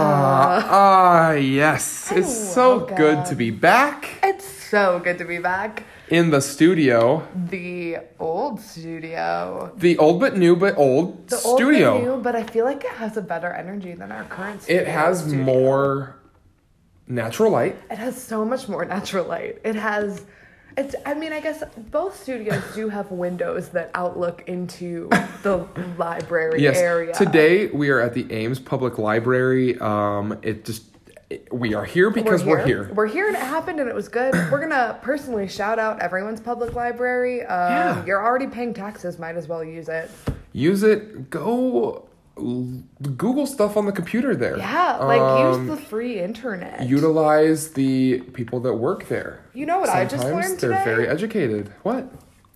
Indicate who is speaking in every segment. Speaker 1: ah, yes.
Speaker 2: Oh,
Speaker 1: It's so
Speaker 2: welcome.
Speaker 1: good to be back
Speaker 2: It's so good to be back.
Speaker 1: in the studio.
Speaker 2: The old studio.
Speaker 1: The old but new but old
Speaker 2: The old and
Speaker 1: studio.
Speaker 2: new, but I feel like it has a better energy than our current studio.
Speaker 1: It has
Speaker 2: Studio.
Speaker 1: more natural light.
Speaker 2: It has so much more natural light. It has. It's. I mean, I guess both studios do have windows that outlook into the library
Speaker 1: Yes.
Speaker 2: area.
Speaker 1: Today we are at the Ames Public Library. Um, it just it- we are here because we're here.
Speaker 2: We're here and it happened and it was good. We're gonna personally shout out everyone's public library. Um,
Speaker 1: Yeah.
Speaker 2: You're already paying taxes, might as well use it.
Speaker 1: Use it. Go l- Google stuff on the computer there.
Speaker 2: Yeah, like
Speaker 1: Um,
Speaker 2: use the free internet.
Speaker 1: utilize the people that work there.
Speaker 2: You know what I just learned
Speaker 1: they're
Speaker 2: today?
Speaker 1: very educated. What?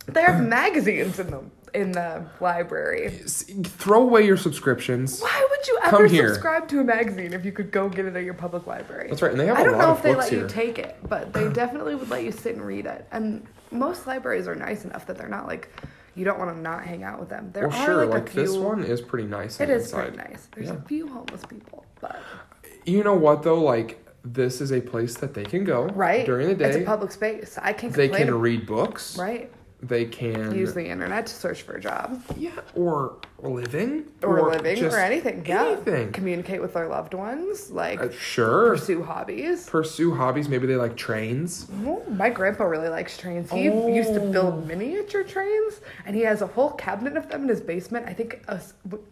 Speaker 2: they have magazines in the in the library.
Speaker 1: S- Throw away your subscriptions.
Speaker 2: Why would you
Speaker 1: Come
Speaker 2: ever
Speaker 1: here.
Speaker 2: subscribe to a magazine if you could go get it at your public library?
Speaker 1: That's right, and they have
Speaker 2: I
Speaker 1: a
Speaker 2: don't
Speaker 1: lot
Speaker 2: know
Speaker 1: of
Speaker 2: if they
Speaker 1: books
Speaker 2: let
Speaker 1: here.
Speaker 2: you take it, but they definitely would let you sit and read it. And most libraries are nice enough that they're not like you don't want to not hang out with them. There
Speaker 1: Well,
Speaker 2: are
Speaker 1: sure.
Speaker 2: like,
Speaker 1: Like,
Speaker 2: a few.
Speaker 1: this one is pretty nice.
Speaker 2: It
Speaker 1: on the
Speaker 2: is pretty
Speaker 1: inside.
Speaker 2: nice. There's
Speaker 1: Yeah.
Speaker 2: a few homeless people, but
Speaker 1: You know what though? Like this is a place that they can go
Speaker 2: right
Speaker 1: during the
Speaker 2: It's a
Speaker 1: day.
Speaker 2: public space. I can't
Speaker 1: They
Speaker 2: complain.
Speaker 1: can read books.
Speaker 2: right.
Speaker 1: They can
Speaker 2: Use the internet to search for a job.
Speaker 1: yeah, or living
Speaker 2: or, living
Speaker 1: just
Speaker 2: or anything. Yeah.
Speaker 1: anything.
Speaker 2: Communicate with their loved ones, like
Speaker 1: Uh, sure.
Speaker 2: pursue hobbies.
Speaker 1: Pursue hobbies. Maybe they like trains.
Speaker 2: Oh, my grandpa really likes trains. He used to
Speaker 1: Oh.
Speaker 2: build miniature trains, and he has a whole cabinet of them in his basement. I think a s- w-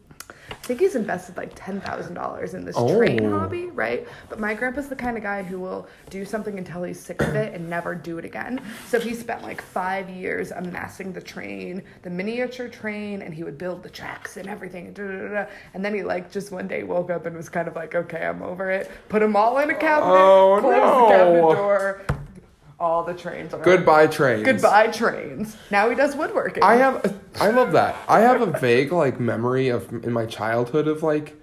Speaker 2: I think he's invested like ten thousand dollars in this train
Speaker 1: Oh.
Speaker 2: hobby, right? But my grandpa's the kind of guy who will do something until he's sick of it and never do it again. So he spent like five years amassing the train, the miniature train, and he would build the tracks and everything. And, da, da, da, da. and then he like just one day woke up and was kind of like, okay, I'm over it. Put them all in a cabinet.
Speaker 1: Oh,
Speaker 2: close
Speaker 1: no.
Speaker 2: the cabinet door. All the trains are
Speaker 1: Goodbye trains.
Speaker 2: Goodbye trains. Now he does woodworking.
Speaker 1: I have I love that. I have a vague like memory of in my childhood of like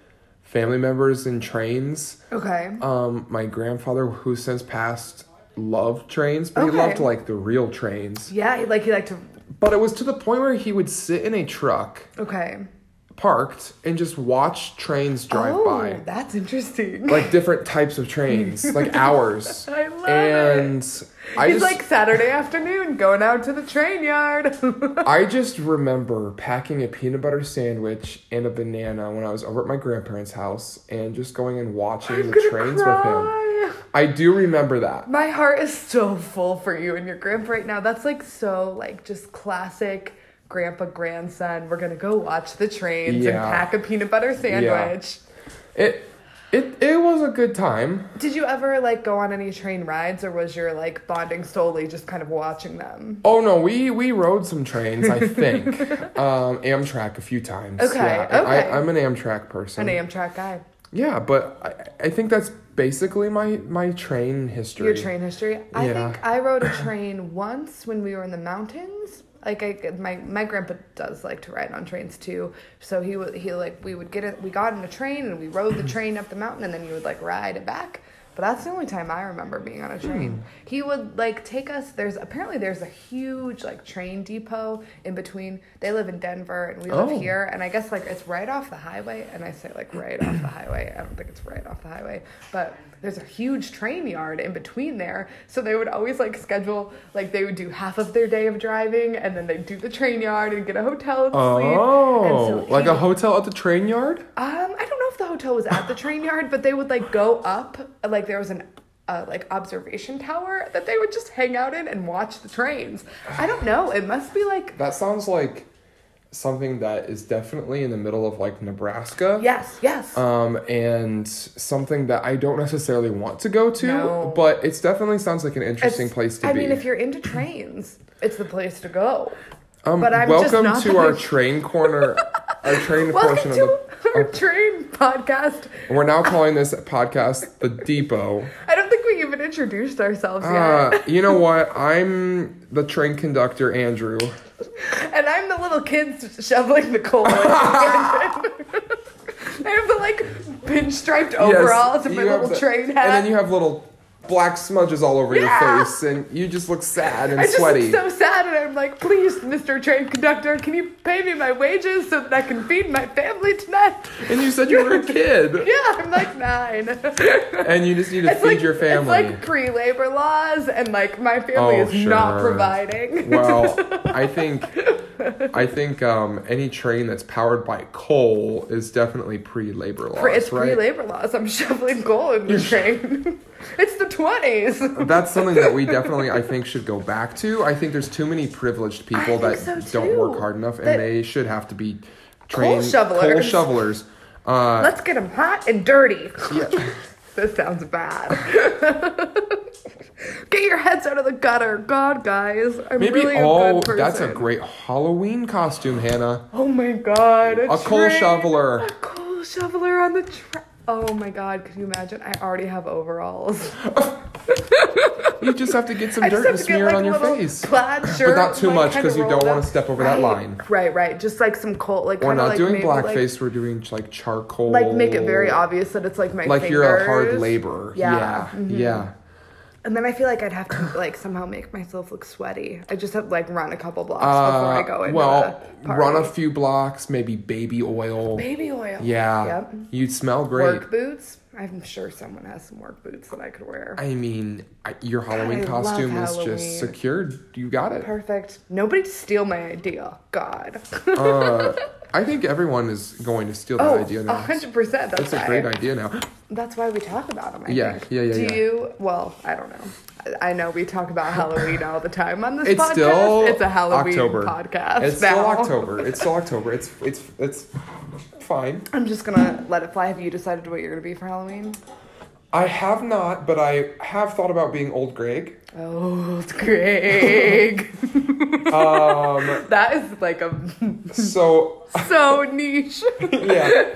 Speaker 1: family members in trains.
Speaker 2: okay.
Speaker 1: Um my grandfather who since passed loved trains, but he
Speaker 2: Okay.
Speaker 1: loved like the real trains.
Speaker 2: yeah, he, like he liked to.
Speaker 1: But it was to the point where he would sit in a truck
Speaker 2: Okay.
Speaker 1: parked and just watch trains drive
Speaker 2: oh,
Speaker 1: by.
Speaker 2: that's interesting.
Speaker 1: Like different types of trains, like hours.
Speaker 2: I love it.
Speaker 1: and I
Speaker 2: He's
Speaker 1: just
Speaker 2: like Saturday afternoon going out to the train yard.
Speaker 1: I just remember packing a peanut butter sandwich and a banana when I was over at my grandparents' house and just going and watching
Speaker 2: I'm
Speaker 1: the
Speaker 2: gonna
Speaker 1: trains
Speaker 2: cry.
Speaker 1: with him. I do remember that.
Speaker 2: My heart is so full for you and your grandpa right now. That's like so like just classic grandpa grandson. We're gonna go watch the trains and
Speaker 1: Yeah.
Speaker 2: pack a peanut butter sandwich.
Speaker 1: It it it was a good time.
Speaker 2: Did you ever like go on any train rides or was your like bonding solely just kind of watching them?
Speaker 1: Oh no, we we rode some trains, I think. um Amtrak a few times.
Speaker 2: Okay,
Speaker 1: Yeah, I-
Speaker 2: okay.
Speaker 1: I, I'm an Amtrak person.
Speaker 2: An Amtrak guy.
Speaker 1: yeah, but I, I think that's basically my my train history.
Speaker 2: Your train history. I
Speaker 1: Yeah.
Speaker 2: think I rode a train once when we were in the mountains. Like I, my my grandpa does like to ride on trains too. So he would he like we would get it. We got in a train and we rode the train up the mountain and then you would like ride it back. But that's the only time I remember being on a
Speaker 1: Hmm.
Speaker 2: train. He would like take us. There's apparently there's a huge like train depot in between. They live in Denver and we
Speaker 1: Oh.
Speaker 2: live here there, and I guess like it's right off the highway, and I say like right off the highway. I don't think it's right off the highway, but there's a huge train yard in between there, so they would always like schedule like they would do half of their day of driving, and then they'd do the train yard and get a hotel and sleep. And
Speaker 1: Oh,
Speaker 2: so
Speaker 1: like
Speaker 2: he-
Speaker 1: a hotel at the train yard?
Speaker 2: um, I don't know if the hotel was at the train yard, but they would like go up, like there was an uh, like observation tower that they would just hang out in and watch the trains. I don't know. It must be like
Speaker 1: That sounds like something that is definitely in the middle of like Nebraska.
Speaker 2: yes, yes.
Speaker 1: Um, and something that I don't necessarily want to go to,
Speaker 2: No.
Speaker 1: but it's definitely sounds like an interesting
Speaker 2: It's-
Speaker 1: place to
Speaker 2: I
Speaker 1: be.
Speaker 2: mean, if you're into trains, it's the place to go.
Speaker 1: um,
Speaker 2: but I'm just
Speaker 1: welcome
Speaker 2: not
Speaker 1: to
Speaker 2: that
Speaker 1: our
Speaker 2: ex-
Speaker 1: train corner, our train
Speaker 2: Welcome
Speaker 1: portion of
Speaker 2: to
Speaker 1: the.
Speaker 2: our train podcast.
Speaker 1: We're now calling this podcast the Depot.
Speaker 2: I don't think we even introduced ourselves
Speaker 1: Uh, you know what? I'm the train conductor, Andrew.
Speaker 2: yet, and I'm the little kids shoveling the coal. in the garden. I have the like pinstriped
Speaker 1: Yes,
Speaker 2: overalls and my
Speaker 1: you have
Speaker 2: little
Speaker 1: the-
Speaker 2: train hat.
Speaker 1: And then you have little black smudges all over
Speaker 2: Yeah.
Speaker 1: your face, and you just look sad and
Speaker 2: I just
Speaker 1: sweaty.
Speaker 2: look so sad, and I'm like, please, Mr. Train Conductor, can you pay me my wages so that I can feed my family tonight?
Speaker 1: and you said you were a kid,
Speaker 2: Yeah, I'm like nine.
Speaker 1: and you just need to feed your family.
Speaker 2: It's like pre-labor laws, and like my family
Speaker 1: Oh,
Speaker 2: is not
Speaker 1: sure.
Speaker 2: providing.
Speaker 1: well, I think I think um, any train that's powered by coal is definitely pre-labor laws,
Speaker 2: Pre- it's
Speaker 1: right?
Speaker 2: pre-labor laws. I'm shoveling coal in the train. it's the 20s.
Speaker 1: That's something that we definitely, I think, should go back to. I think there's too many privileged people
Speaker 2: I
Speaker 1: that
Speaker 2: think so,
Speaker 1: don't work
Speaker 2: too.
Speaker 1: hard enough, and
Speaker 2: That-
Speaker 1: they should have to be trained
Speaker 2: shovelers.
Speaker 1: shovelers. Uh,
Speaker 2: Let's get them hot and dirty.
Speaker 1: yeah.
Speaker 2: This sounds bad. Get your heads out of the gutter, God, guys. I'm
Speaker 1: Maybe
Speaker 2: really a
Speaker 1: oh,
Speaker 2: good person.
Speaker 1: that's a great Halloween costume, Hannah.
Speaker 2: Oh my God!
Speaker 1: A coal shoveler.
Speaker 2: A coal shoveler on the train. Oh my God! Could you imagine? I already have overalls.
Speaker 1: You just have to get some
Speaker 2: I just
Speaker 1: dirt and
Speaker 2: have to get
Speaker 1: smear it
Speaker 2: like
Speaker 1: on
Speaker 2: a
Speaker 1: your
Speaker 2: little
Speaker 1: face.
Speaker 2: plaid shirt,
Speaker 1: not too
Speaker 2: like,
Speaker 1: much,
Speaker 2: kinda
Speaker 1: 'cause you don't
Speaker 2: rolled
Speaker 1: wanna
Speaker 2: up.
Speaker 1: step over that
Speaker 2: Right,
Speaker 1: line.
Speaker 2: Right, right. Just like some coal, like
Speaker 1: We're
Speaker 2: kinda
Speaker 1: not
Speaker 2: like
Speaker 1: doing
Speaker 2: maybe,
Speaker 1: blackface. we're doing like charcoal.
Speaker 2: Like, like make it very obvious that it's like my
Speaker 1: Like
Speaker 2: fingers.
Speaker 1: you're a hard laborer.
Speaker 2: Yeah. Mm-hmm.
Speaker 1: Yeah. yeah.
Speaker 2: And then I feel like I'd have to like somehow make myself look sweaty. I just have like run a couple blocks before I go
Speaker 1: Uh,
Speaker 2: into
Speaker 1: well,
Speaker 2: the party.
Speaker 1: run a few blocks, maybe baby oil.
Speaker 2: baby oil.
Speaker 1: Yeah.
Speaker 2: Yep.
Speaker 1: You'd smell great.
Speaker 2: Work boots. I'm sure someone has some work boots that I could wear.
Speaker 1: I mean, I, your Halloween
Speaker 2: I love
Speaker 1: costume is
Speaker 2: Halloween.
Speaker 1: just secured. You got it.
Speaker 2: Perfect. Nobody steal my idea. God.
Speaker 1: Uh, I think everyone is going to steal that
Speaker 2: oh,
Speaker 1: idea now.
Speaker 2: 100%. That's,
Speaker 1: That's a
Speaker 2: why-
Speaker 1: great idea now.
Speaker 2: That's why we talk about them, I
Speaker 1: Yeah,
Speaker 2: think.
Speaker 1: yeah, yeah,
Speaker 2: Do
Speaker 1: yeah.
Speaker 2: you? Well, I don't know. I I know we talk about Halloween all the time on this
Speaker 1: It's
Speaker 2: podcast.
Speaker 1: still
Speaker 2: it's a Halloween
Speaker 1: October.
Speaker 2: podcast.
Speaker 1: It's
Speaker 2: now.
Speaker 1: still October. It's still October. It's it's it's fine.
Speaker 2: I'm just gonna let it fly. Have you decided what you're gonna be for Halloween?
Speaker 1: I have not, but I have thought about being old Greg.
Speaker 2: Oh, it's Greg.
Speaker 1: Um,
Speaker 2: that is like a
Speaker 1: so
Speaker 2: so niche.
Speaker 1: yeah.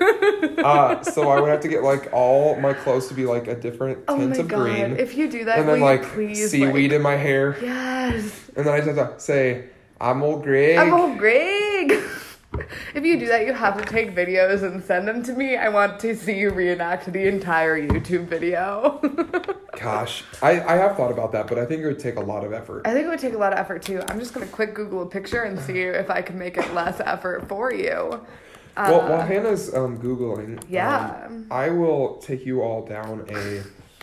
Speaker 1: Uh, so I would have to get like all my clothes to be like a different
Speaker 2: Oh
Speaker 1: tint
Speaker 2: my
Speaker 1: of
Speaker 2: god!
Speaker 1: green,
Speaker 2: If you do that,
Speaker 1: and
Speaker 2: will
Speaker 1: then
Speaker 2: you
Speaker 1: like
Speaker 2: please
Speaker 1: seaweed
Speaker 2: Like,
Speaker 1: in my hair,
Speaker 2: yes,
Speaker 1: and then I just have to say, "I'm old Greg."
Speaker 2: I'm old Greg. If you do that, you have to take videos and send them to me. I want to see you reenact the entire YouTube video.
Speaker 1: Gosh, I I have thought about that, but I think it would take a lot of effort.
Speaker 2: I think it would take a lot of effort too. I'm just gonna quick Google a picture and see if I can make it less effort for you. Uh,
Speaker 1: well, while Hannah's um, googling,
Speaker 2: yeah.
Speaker 1: um, I will take you all down a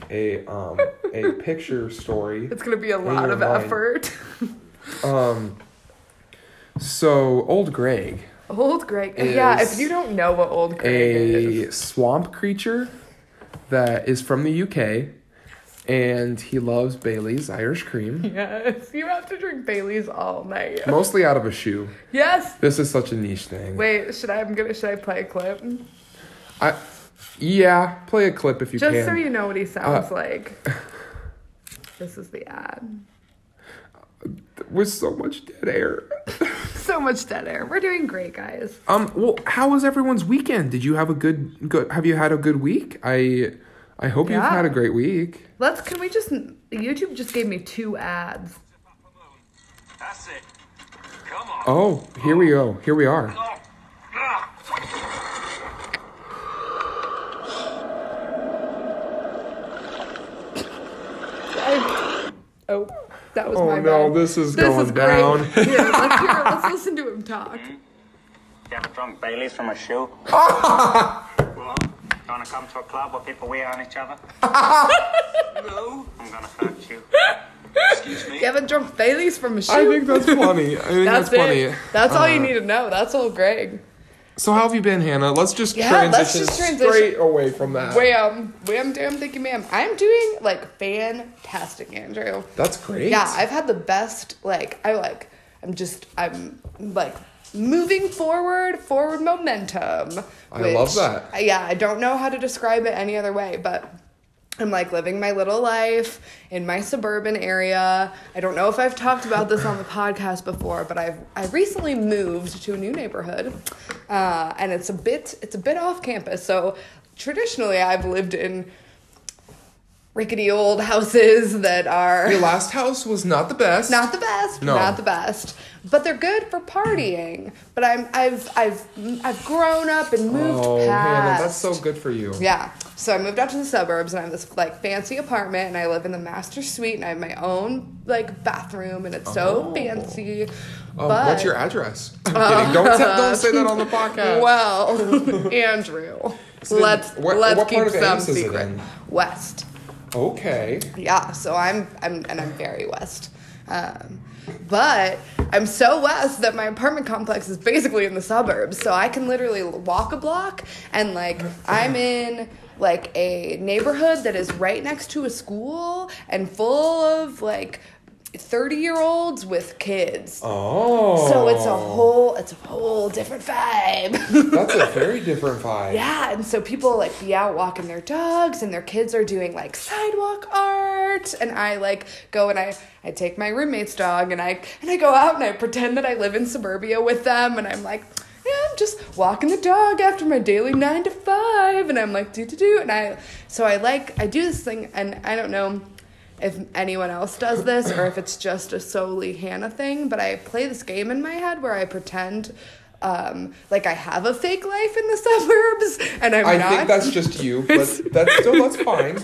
Speaker 1: a um a picture story.
Speaker 2: It's gonna be a
Speaker 1: your
Speaker 2: lot of
Speaker 1: mind.
Speaker 2: effort.
Speaker 1: Um, so old Greg,
Speaker 2: Old Greg. yeah, if
Speaker 1: is
Speaker 2: you don't know what old Greg is.
Speaker 1: a swamp creature that is from the UK, and he loves Bailey's Irish cream,
Speaker 2: Yes, you have to drink Bailey's all night.
Speaker 1: mostly out of a shoe.
Speaker 2: Yes.
Speaker 1: This is such a niche thing.
Speaker 2: Wait, should I? I'm gonna. Should I play a clip?
Speaker 1: I, yeah, play a clip if you
Speaker 2: Just
Speaker 1: can.
Speaker 2: so you know what he sounds
Speaker 1: Uh,
Speaker 2: like. This is the ad.
Speaker 1: With so much dead air.
Speaker 2: So much dead air. We're doing great, guys.
Speaker 1: Um. Well, how was everyone's weekend? Did you have a good good? Have you had a good week? I I hope you've
Speaker 2: Yeah.
Speaker 1: had a great week.
Speaker 2: Let's. Can we just? YouTube just gave me two ads.
Speaker 3: That's it. Come on.
Speaker 1: Oh, here we go. Here we are.
Speaker 3: Oh. Ah.
Speaker 2: I- oh, that was
Speaker 1: Oh,
Speaker 2: my
Speaker 1: no,
Speaker 2: bad.
Speaker 1: this is
Speaker 2: this
Speaker 1: going
Speaker 2: is
Speaker 1: down.
Speaker 2: Great. Here, let's, hear it. let's listen to him talk.
Speaker 3: Get drunk Baileys from a shoe. what? Gonna come to a club where people wee on each other? no. I'm gonna hurt you. Excuse me.
Speaker 2: You haven't drunk Bailey's from a shoe.
Speaker 1: I think that's funny. I think
Speaker 2: that's
Speaker 1: that's,
Speaker 2: it.
Speaker 1: funny.
Speaker 2: That's all you
Speaker 1: Uh,
Speaker 2: need to know. That's all Greg.
Speaker 1: So how have you been, Hannah? Let's just
Speaker 2: Yeah,
Speaker 1: transition
Speaker 2: let's just transition.
Speaker 1: straight away from that.
Speaker 2: Wham, wham, damn, thank you, ma'am. I'm doing like fantastic, Andrew.
Speaker 1: That's great.
Speaker 2: Yeah, I've had the best. Like, I like, I'm just, I'm like moving forward, forward momentum.
Speaker 1: I love that.
Speaker 2: I- Yeah, I don't know how to describe it any other way, but. I'm like living my little life in my suburban area. I don't know if I've talked about this on the podcast before, but I've I recently moved to a new neighborhood, uh, and it's a bit it's a bit off campus. So traditionally, I've lived in rickety old houses that are
Speaker 1: Your last house was not the best.
Speaker 2: not the best.
Speaker 1: No.
Speaker 2: Not the best. But they're good for partying. But I'm I've I've I've grown up and moved
Speaker 1: Oh, Hannah,
Speaker 2: past.
Speaker 1: that's so good for you.
Speaker 2: Yeah. So I moved out to the suburbs and I have this like fancy apartment and I live in the master suite and I have my own like bathroom and it's so
Speaker 1: Oh.
Speaker 2: fancy.
Speaker 1: Um,
Speaker 2: but Uh,
Speaker 1: what's your address? I'm kidding. Don't, t- don't say that on the podcast.
Speaker 2: well, Andrew,
Speaker 1: then
Speaker 2: let's
Speaker 1: what-
Speaker 2: let's
Speaker 1: what part
Speaker 2: keep
Speaker 1: of the
Speaker 2: some
Speaker 1: Ames is it
Speaker 2: secret.
Speaker 1: in?
Speaker 2: West.
Speaker 1: Okay.
Speaker 2: Yeah, so I'm, I'm and I'm very west. Um, but I'm so west that my apartment complex is basically in the suburbs, so I can literally walk a block and like I'm in like a neighborhood that is right next to a school and full of like 30 year olds with kids.
Speaker 1: Oh.
Speaker 2: So it's a whole it's a whole different vibe.
Speaker 1: That's a very different vibe.
Speaker 2: Yeah, and so people like be out walking their dogs, and their kids are doing like sidewalk art, and I like go and I I take my roommate's dog, and I and I go out and I pretend that I live in suburbia with them, and I'm like. Yeah, I'm just walking the dog after my daily nine to five, and I'm like do do do, and I so I like I do this thing, and I don't know if anyone else does this or if it's just a solely Hannah thing, but I play this game in my head where I pretend um, like I have a fake life in the suburbs and I'm
Speaker 1: I
Speaker 2: not.
Speaker 1: think that's just you, but that's still that's fine.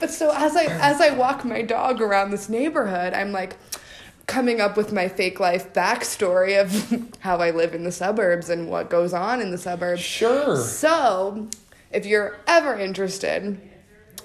Speaker 2: But so as I as I walk my dog around this neighborhood, I'm like coming up with my fake life backstory of how I live in the suburbs and what goes on in the suburbs.
Speaker 1: Sure.
Speaker 2: So, if you're ever interested,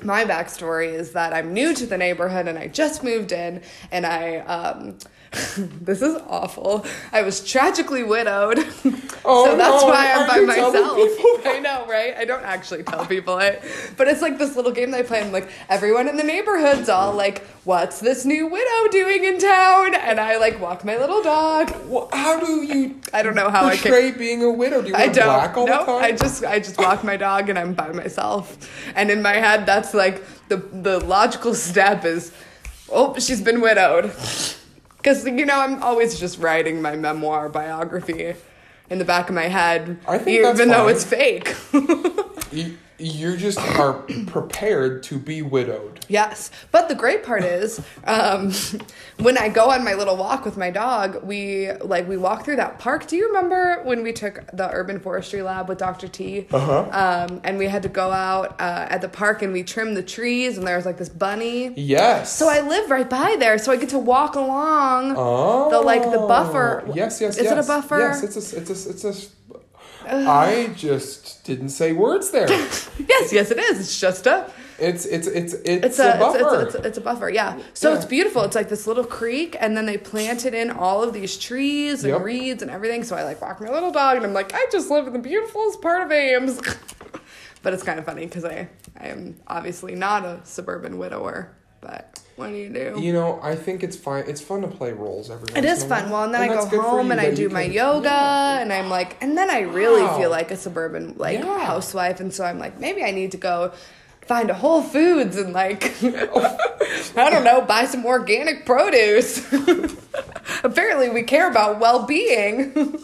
Speaker 2: my backstory is that I'm new to the neighborhood and I just moved in, and I, um, this is awful. I was tragically widowed.
Speaker 1: Oh,
Speaker 2: so that's
Speaker 1: no.
Speaker 2: why I'm
Speaker 1: Are
Speaker 2: by
Speaker 1: you telling
Speaker 2: myself.
Speaker 1: people
Speaker 2: I know, right? I don't actually tell people it, but it's like this little game they play. I'm like, everyone in the neighborhood's all like, what's this new widow doing in town? And I like walk my little dog.
Speaker 1: Well, how do you
Speaker 2: I don't know how I can.
Speaker 1: portray being a widow? Do you
Speaker 2: I
Speaker 1: wear
Speaker 2: don't.
Speaker 1: black all
Speaker 2: no,
Speaker 1: the time?
Speaker 2: I just I just walk my dog and I'm by myself. And in my head, that's like the the logical step is, oh, she's been widowed, because you know I'm always just writing my memoir biography in the back of my head,
Speaker 1: I think
Speaker 2: even
Speaker 1: that's
Speaker 2: though
Speaker 1: fine.
Speaker 2: it's fake.
Speaker 1: You, you just are prepared to be widowed.
Speaker 2: Yes, but the great part is um, when I go on my little walk with my dog, we like we walk through that park. Do you remember when we took the urban forestry lab with Dr. T? Uh-huh. Um, and we had to go out uh, at the park and we trimmed the trees, and there was like this bunny.
Speaker 1: Yes.
Speaker 2: So I live right by there, so I get to walk along
Speaker 1: Oh.
Speaker 2: the like the buffer.
Speaker 1: Yes, yes,
Speaker 2: Is
Speaker 1: yes.
Speaker 2: it a buffer?
Speaker 1: Yes, it's a, it's a, it's a. I just didn't say words there.
Speaker 2: yes, yes, it is. It's just a.
Speaker 1: It's it's it's it's,
Speaker 2: It's a, it's,
Speaker 1: buffer.
Speaker 2: it's, it's, it's a buffer, yeah. So
Speaker 1: Yeah.
Speaker 2: it's beautiful. It's like this little creek, and then they planted in all of these trees and
Speaker 1: Yep.
Speaker 2: reeds and everything. So I like walk my little dog, and I'm like, I just live in the beautifulest part of Ames. but it's kind of funny because I, I am obviously not a suburban widower, but what do you do?
Speaker 1: you know, I think it's fine. It's fun to play roles every.
Speaker 2: it is fun. Well, and then I go home and I do my yoga, and I'm like, and then I really
Speaker 1: Wow.
Speaker 2: feel like a suburban like
Speaker 1: Yeah.
Speaker 2: housewife, and so I'm like, maybe I need to go find a Whole Foods and like,
Speaker 1: Oh,
Speaker 2: I don't know, buy some organic produce. Apparently, we care about well being.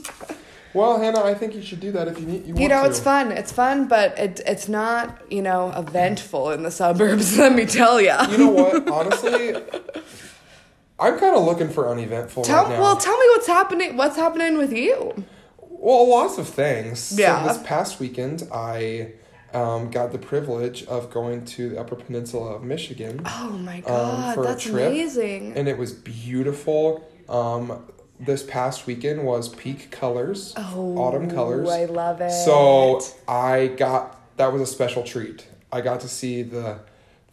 Speaker 1: Well, Hannah, I think you should do that if you need. You,
Speaker 2: you
Speaker 1: want
Speaker 2: know,
Speaker 1: to.
Speaker 2: it's fun. It's fun, but it, it's not you know eventful in the suburbs. Let me tell ya.
Speaker 1: You know what? Honestly, I'm kind of looking for uneventful
Speaker 2: Tell,
Speaker 1: right now.
Speaker 2: well, tell me what's happening. What's happening with you?
Speaker 1: Well, lots of things.
Speaker 2: Yeah.
Speaker 1: So this past weekend, I um, got the privilege of going to the Upper Peninsula of Michigan.
Speaker 2: Oh my
Speaker 1: um,
Speaker 2: god,
Speaker 1: for a
Speaker 2: that's
Speaker 1: trip,
Speaker 2: amazing.
Speaker 1: And it was beautiful. Um, this past weekend was peak colors,
Speaker 2: Oh,
Speaker 1: autumn colors.
Speaker 2: I love it.
Speaker 1: So I got that was a special treat. I got to see the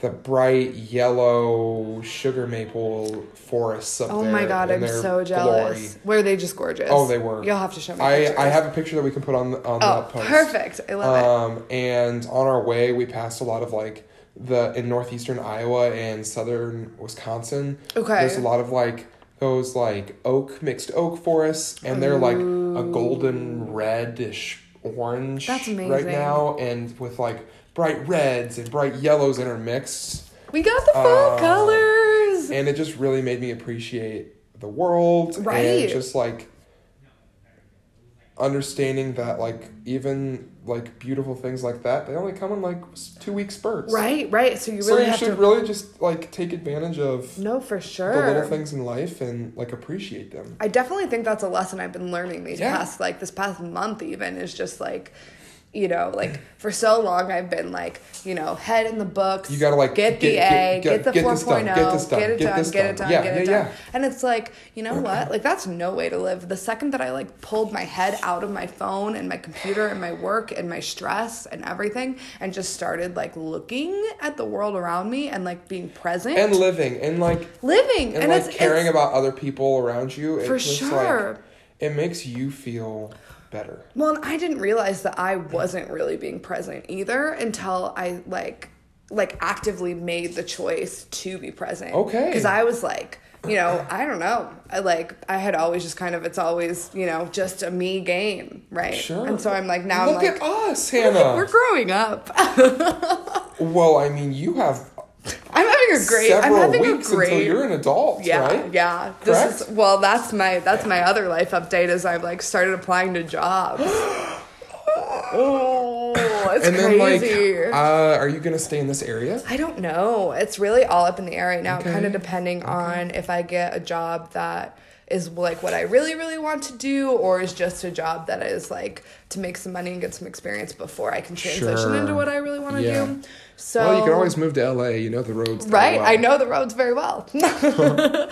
Speaker 1: the bright yellow sugar maple forests up
Speaker 2: Oh
Speaker 1: there.
Speaker 2: my god,
Speaker 1: in
Speaker 2: I'm
Speaker 1: their
Speaker 2: so jealous.
Speaker 1: glory.
Speaker 2: Were they just gorgeous?
Speaker 1: Oh, they were.
Speaker 2: You'll have to show me.
Speaker 1: I,
Speaker 2: pictures.
Speaker 1: I have a picture that we can put on on
Speaker 2: Oh,
Speaker 1: that post.
Speaker 2: perfect. I love
Speaker 1: Um, and on our way, we passed a lot of like the in northeastern Iowa and southern Wisconsin.
Speaker 2: Okay.
Speaker 1: There's a lot of like those like oak mixed oak forests, and they're like a golden reddish orange
Speaker 2: That's
Speaker 1: right
Speaker 2: amazing.
Speaker 1: now, and with like bright reds and bright yellows intermixed,
Speaker 2: it. We got the fall
Speaker 1: uh,
Speaker 2: colors.
Speaker 1: and it just really made me appreciate the world
Speaker 2: Right.
Speaker 1: and just like understanding that like even like beautiful things like that they only come in like two week spurts
Speaker 2: Right, right. So you really
Speaker 1: so you
Speaker 2: have
Speaker 1: should
Speaker 2: to
Speaker 1: really just like take advantage of
Speaker 2: No, for
Speaker 1: the
Speaker 2: sure.
Speaker 1: little things in life and like appreciate them
Speaker 2: I definitely think that's a lesson I've been learning these
Speaker 1: Yeah.
Speaker 2: past like this past month even is just like you know, like for so long I've been like, you know, head in the books.
Speaker 1: You gotta, like,
Speaker 2: get, the
Speaker 1: get-
Speaker 2: A,
Speaker 1: get-
Speaker 2: get,
Speaker 1: get-
Speaker 2: the
Speaker 1: get
Speaker 2: four oh,
Speaker 1: this done, get this done,
Speaker 2: get it
Speaker 1: get
Speaker 2: done,
Speaker 1: this
Speaker 2: get it
Speaker 1: done.
Speaker 2: done,
Speaker 1: Yeah,
Speaker 2: get it
Speaker 1: yeah,
Speaker 2: done.
Speaker 1: yeah.
Speaker 2: And it's like, you know what? Like that's no way to live. The second that I like pulled my head out of my phone and my computer and my work and my stress and everything and just started like looking at the world around me and like being present
Speaker 1: and living and like
Speaker 2: living
Speaker 1: and, like
Speaker 2: it's,
Speaker 1: caring
Speaker 2: it's
Speaker 1: about other people around you. It
Speaker 2: For
Speaker 1: just, Like,
Speaker 2: sure.
Speaker 1: it makes you feel better.
Speaker 2: Well, and I didn't realize that I wasn't really being present either until I like like actively made the choice to be present.
Speaker 1: Okay.
Speaker 2: Cuz I was like, you know, I don't know. I like I had always just kind of it's always, you know, just a me game, right?
Speaker 1: Sure.
Speaker 2: And so I'm like now
Speaker 1: Look
Speaker 2: I'm
Speaker 1: at
Speaker 2: like
Speaker 1: us, Hannah.
Speaker 2: we're growing up.
Speaker 1: well, I mean, you have
Speaker 2: I'm having a great
Speaker 1: several
Speaker 2: I'm having
Speaker 1: weeks
Speaker 2: a great
Speaker 1: until you're an adult,
Speaker 2: yeah,
Speaker 1: right?
Speaker 2: yeah. This
Speaker 1: Correct?
Speaker 2: is well. That's my that's my other life update. Is I've like started applying to jobs. oh, it's
Speaker 1: And then
Speaker 2: crazy.
Speaker 1: like, uh, are you gonna stay in this area?
Speaker 2: I don't know. It's really all up in the air right now,
Speaker 1: Okay.
Speaker 2: kind of depending on if I get a job that is like what I really, really want to do, or is just a job that is like to make some money and get some experience before I can transition
Speaker 1: Sure.
Speaker 2: into what I really want to
Speaker 1: Yeah.
Speaker 2: do. So
Speaker 1: well, you can always move to LA. You know the roads. there
Speaker 2: Right,
Speaker 1: well.
Speaker 2: I know the roads very well. uh,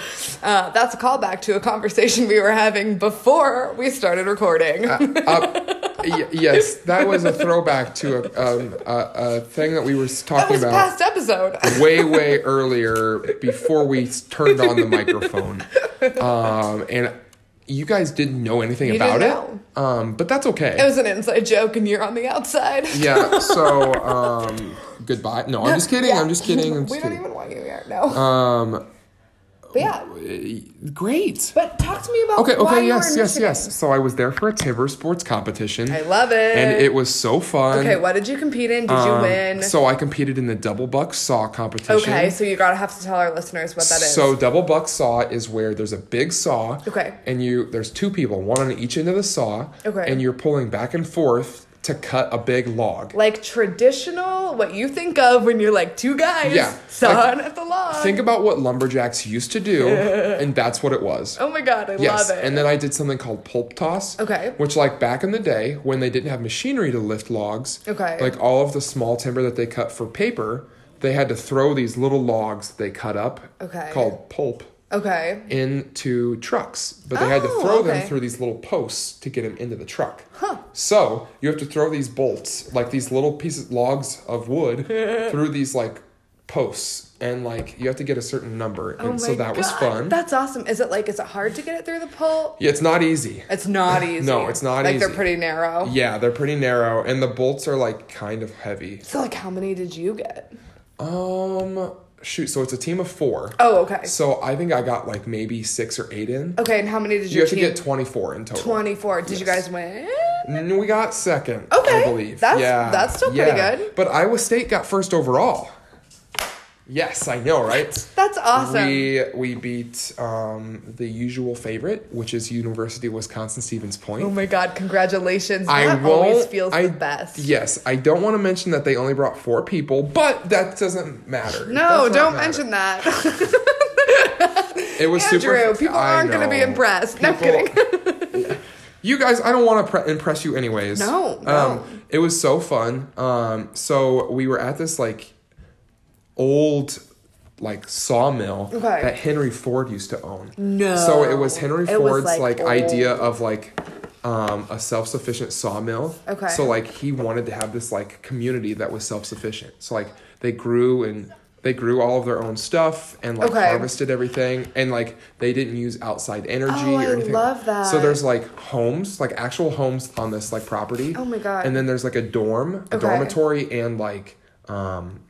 Speaker 2: that's a callback to a conversation we were having before we started recording.
Speaker 1: Uh, y- yes, that was a throwback to a, um, a, a thing that we were
Speaker 2: that
Speaker 1: talking
Speaker 2: was
Speaker 1: about
Speaker 2: past episode.
Speaker 1: way, way earlier before we s- turned on the microphone. Um, and you guys didn't know anything
Speaker 2: You
Speaker 1: about
Speaker 2: didn't
Speaker 1: it. Um, but that's okay.
Speaker 2: It was an inside joke, and you're on the outside.
Speaker 1: yeah, so um, goodbye. No, I'm just kidding. I'm just kidding. I'm just
Speaker 2: we don't
Speaker 1: kidding.
Speaker 2: even want you here. No.
Speaker 1: um,
Speaker 2: but yeah.
Speaker 1: great.
Speaker 2: But talk to me about
Speaker 1: Okay,
Speaker 2: why
Speaker 1: okay,
Speaker 2: you were
Speaker 1: yes,
Speaker 2: in
Speaker 1: yes,
Speaker 2: Michigan.
Speaker 1: yes. So I was there for a Timber Sports competition.
Speaker 2: I love it.
Speaker 1: and it was so fun.
Speaker 2: Okay, what did you compete in? Did you
Speaker 1: Um,
Speaker 2: win?
Speaker 1: So I competed in the double buck saw competition.
Speaker 2: okay, so you gotta have to tell our listeners what that is.
Speaker 1: So double buck saw is where there's a big saw.
Speaker 2: Okay.
Speaker 1: And you there's two people, one on each end of the saw.
Speaker 2: Okay.
Speaker 1: And you're pulling back and forth to cut a big log.
Speaker 2: like traditional, what you think of when you're like two guys
Speaker 1: Yeah,
Speaker 2: sawing at the log.
Speaker 1: Think about what lumberjacks used to do, and that's what it was.
Speaker 2: Oh my god, I
Speaker 1: Yes,
Speaker 2: love it.
Speaker 1: and then I did something called pulp toss.
Speaker 2: Okay.
Speaker 1: Which, like back in the day when they didn't have machinery to lift logs,
Speaker 2: Okay.
Speaker 1: like all of the small timber that they cut for paper, they had to throw these little logs that they cut up,
Speaker 2: Okay.
Speaker 1: called pulp,
Speaker 2: okay.
Speaker 1: into trucks. But they had to
Speaker 2: Oh,
Speaker 1: throw them
Speaker 2: okay.
Speaker 1: through these little posts to get them into the truck. Huh. So you have to throw these bolts, like these little pieces, logs of wood, through these like posts, and like you have to get a certain number,
Speaker 2: Oh
Speaker 1: and so
Speaker 2: my
Speaker 1: that was
Speaker 2: God,
Speaker 1: fun.
Speaker 2: That's awesome. Is it like is it hard to get it through the pole?
Speaker 1: yeah, it's not easy.
Speaker 2: It's not easy.
Speaker 1: No, it's not
Speaker 2: like
Speaker 1: easy.
Speaker 2: they're pretty narrow.
Speaker 1: Yeah, they're pretty narrow, and the bolts are like kind of heavy.
Speaker 2: So like how many did you get?
Speaker 1: Um, shoot. So it's a team of four.
Speaker 2: Oh, okay.
Speaker 1: So I think I got like maybe six or eight in.
Speaker 2: Okay, and how many did
Speaker 1: You
Speaker 2: your
Speaker 1: have to
Speaker 2: team?
Speaker 1: get twenty four in total.
Speaker 2: 24. Did you
Speaker 1: Yes.
Speaker 2: guys win?
Speaker 1: N- We got second. I
Speaker 2: Okay,
Speaker 1: believe.
Speaker 2: that's-
Speaker 1: yeah,
Speaker 2: that's still pretty
Speaker 1: yeah.
Speaker 2: good.
Speaker 1: But Iowa State got first overall. Yes, I know, right?
Speaker 2: That's awesome.
Speaker 1: We we beat um, the usual favorite, which is University of Wisconsin Stevens Point.
Speaker 2: oh my god, congratulations.
Speaker 1: I
Speaker 2: that
Speaker 1: won't,
Speaker 2: always feels
Speaker 1: I,
Speaker 2: the best.
Speaker 1: Yes, I don't want to mention that they only brought four people, but that doesn't matter. It
Speaker 2: No,
Speaker 1: does not
Speaker 2: don't
Speaker 1: matter.
Speaker 2: mention that.
Speaker 1: It was
Speaker 2: Andrew,
Speaker 1: super.
Speaker 2: people
Speaker 1: I
Speaker 2: aren't gonna be
Speaker 1: know.
Speaker 2: impressed. No, I'm kidding.
Speaker 1: you guys, I don't want to pre- impress you, anyways.
Speaker 2: No,
Speaker 1: Um,
Speaker 2: no.
Speaker 1: it was so fun. Um, so we were at this like old like sawmill
Speaker 2: Okay.
Speaker 1: that Henry Ford used to own.
Speaker 2: No.
Speaker 1: So it was Henry
Speaker 2: It was,
Speaker 1: Ford's
Speaker 2: like,
Speaker 1: like, idea
Speaker 2: old.
Speaker 1: of like um, a self-sufficient sawmill.
Speaker 2: Okay.
Speaker 1: So like he wanted to have this like community that was self-sufficient. So like they grew and they grew all of their own stuff and like
Speaker 2: Okay.
Speaker 1: harvested everything and like they didn't use outside energy
Speaker 2: Oh,
Speaker 1: or
Speaker 2: I
Speaker 1: anything.
Speaker 2: love that.
Speaker 1: So there's like homes, like actual homes on this like property.
Speaker 2: Oh my God.
Speaker 1: And then there's like a dorm, a
Speaker 2: Okay.
Speaker 1: dormitory, and like um,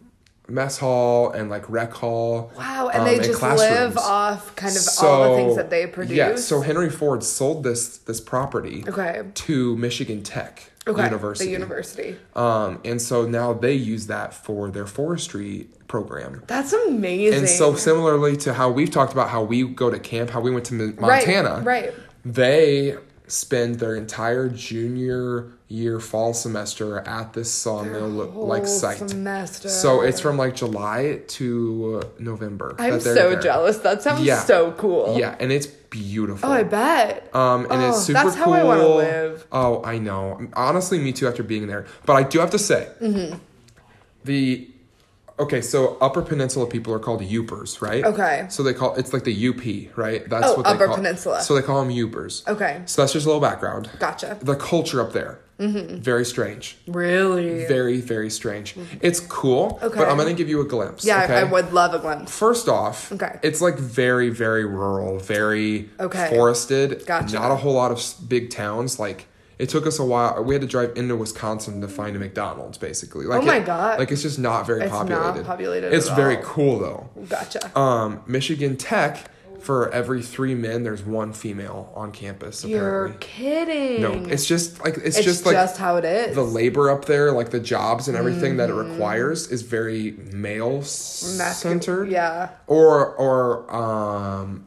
Speaker 1: mess hall and like rec hall.
Speaker 2: Wow, and
Speaker 1: um,
Speaker 2: they just live
Speaker 1: classrooms.
Speaker 2: off kind of all the things that they produce.
Speaker 1: Yeah, so Henry Ford sold this this property
Speaker 2: Okay.
Speaker 1: to Michigan Tech
Speaker 2: okay,
Speaker 1: University.
Speaker 2: The university.
Speaker 1: Um, and so now they use that for their forestry program.
Speaker 2: That's amazing.
Speaker 1: And so similarly to how we've talked about how we go to camp, how we went to Mon-
Speaker 2: Right,
Speaker 1: Montana,
Speaker 2: right.
Speaker 1: They spend their entire junior year fall semester at this sawmill lo- like
Speaker 2: whole
Speaker 1: site.
Speaker 2: semester.
Speaker 1: So it's from like July to uh, November.
Speaker 2: I'm
Speaker 1: that they're
Speaker 2: so
Speaker 1: there.
Speaker 2: jealous. That sounds
Speaker 1: Yeah.
Speaker 2: so cool.
Speaker 1: Yeah, and it's beautiful.
Speaker 2: Oh, I bet.
Speaker 1: Um, and
Speaker 2: Oh,
Speaker 1: it's super
Speaker 2: that's
Speaker 1: cool.
Speaker 2: how I wanna live.
Speaker 1: Oh, I know. Honestly, me too. After being there, but I do have to say,
Speaker 2: Mm-hmm.
Speaker 1: the okay. So Upper Peninsula people are called Upers, right?
Speaker 2: Okay.
Speaker 1: So they call it's like the UP, right? That's
Speaker 2: Oh,
Speaker 1: what they
Speaker 2: Upper
Speaker 1: call,
Speaker 2: Peninsula.
Speaker 1: So they call them Upers.
Speaker 2: Okay.
Speaker 1: So that's just a little background.
Speaker 2: Gotcha. Mm-hmm.
Speaker 1: The culture up there, very strange.
Speaker 2: Really?
Speaker 1: Very very strange. It's cool.
Speaker 2: Okay.
Speaker 1: But I'm gonna give you a glimpse.
Speaker 2: yeah, I-
Speaker 1: Okay?
Speaker 2: I would love a glimpse.
Speaker 1: First off,
Speaker 2: Okay.
Speaker 1: it's like very, very rural, very
Speaker 2: Okay.
Speaker 1: forested.
Speaker 2: Gotcha.
Speaker 1: Not a whole lot of s- big towns. Like it took us a while. We had to drive into Wisconsin to find a McDonald's, basically. Like
Speaker 2: Oh my
Speaker 1: it-
Speaker 2: God.
Speaker 1: Like it's just not very
Speaker 2: It's not
Speaker 1: populated.
Speaker 2: populated
Speaker 1: It's
Speaker 2: at
Speaker 1: very
Speaker 2: all.
Speaker 1: cool though.
Speaker 2: Gotcha.
Speaker 1: Um, Michigan Tech. For every three men, there's one female on campus.
Speaker 2: You're
Speaker 1: Apparently,
Speaker 2: kidding.
Speaker 1: no. It's just like it's,
Speaker 2: It's
Speaker 1: just like
Speaker 2: how it is. Mm-hmm.
Speaker 1: the labor up there, like the jobs and everything that it requires, is very male
Speaker 2: Mascul-
Speaker 1: centered.
Speaker 2: Yeah.
Speaker 1: Or or um,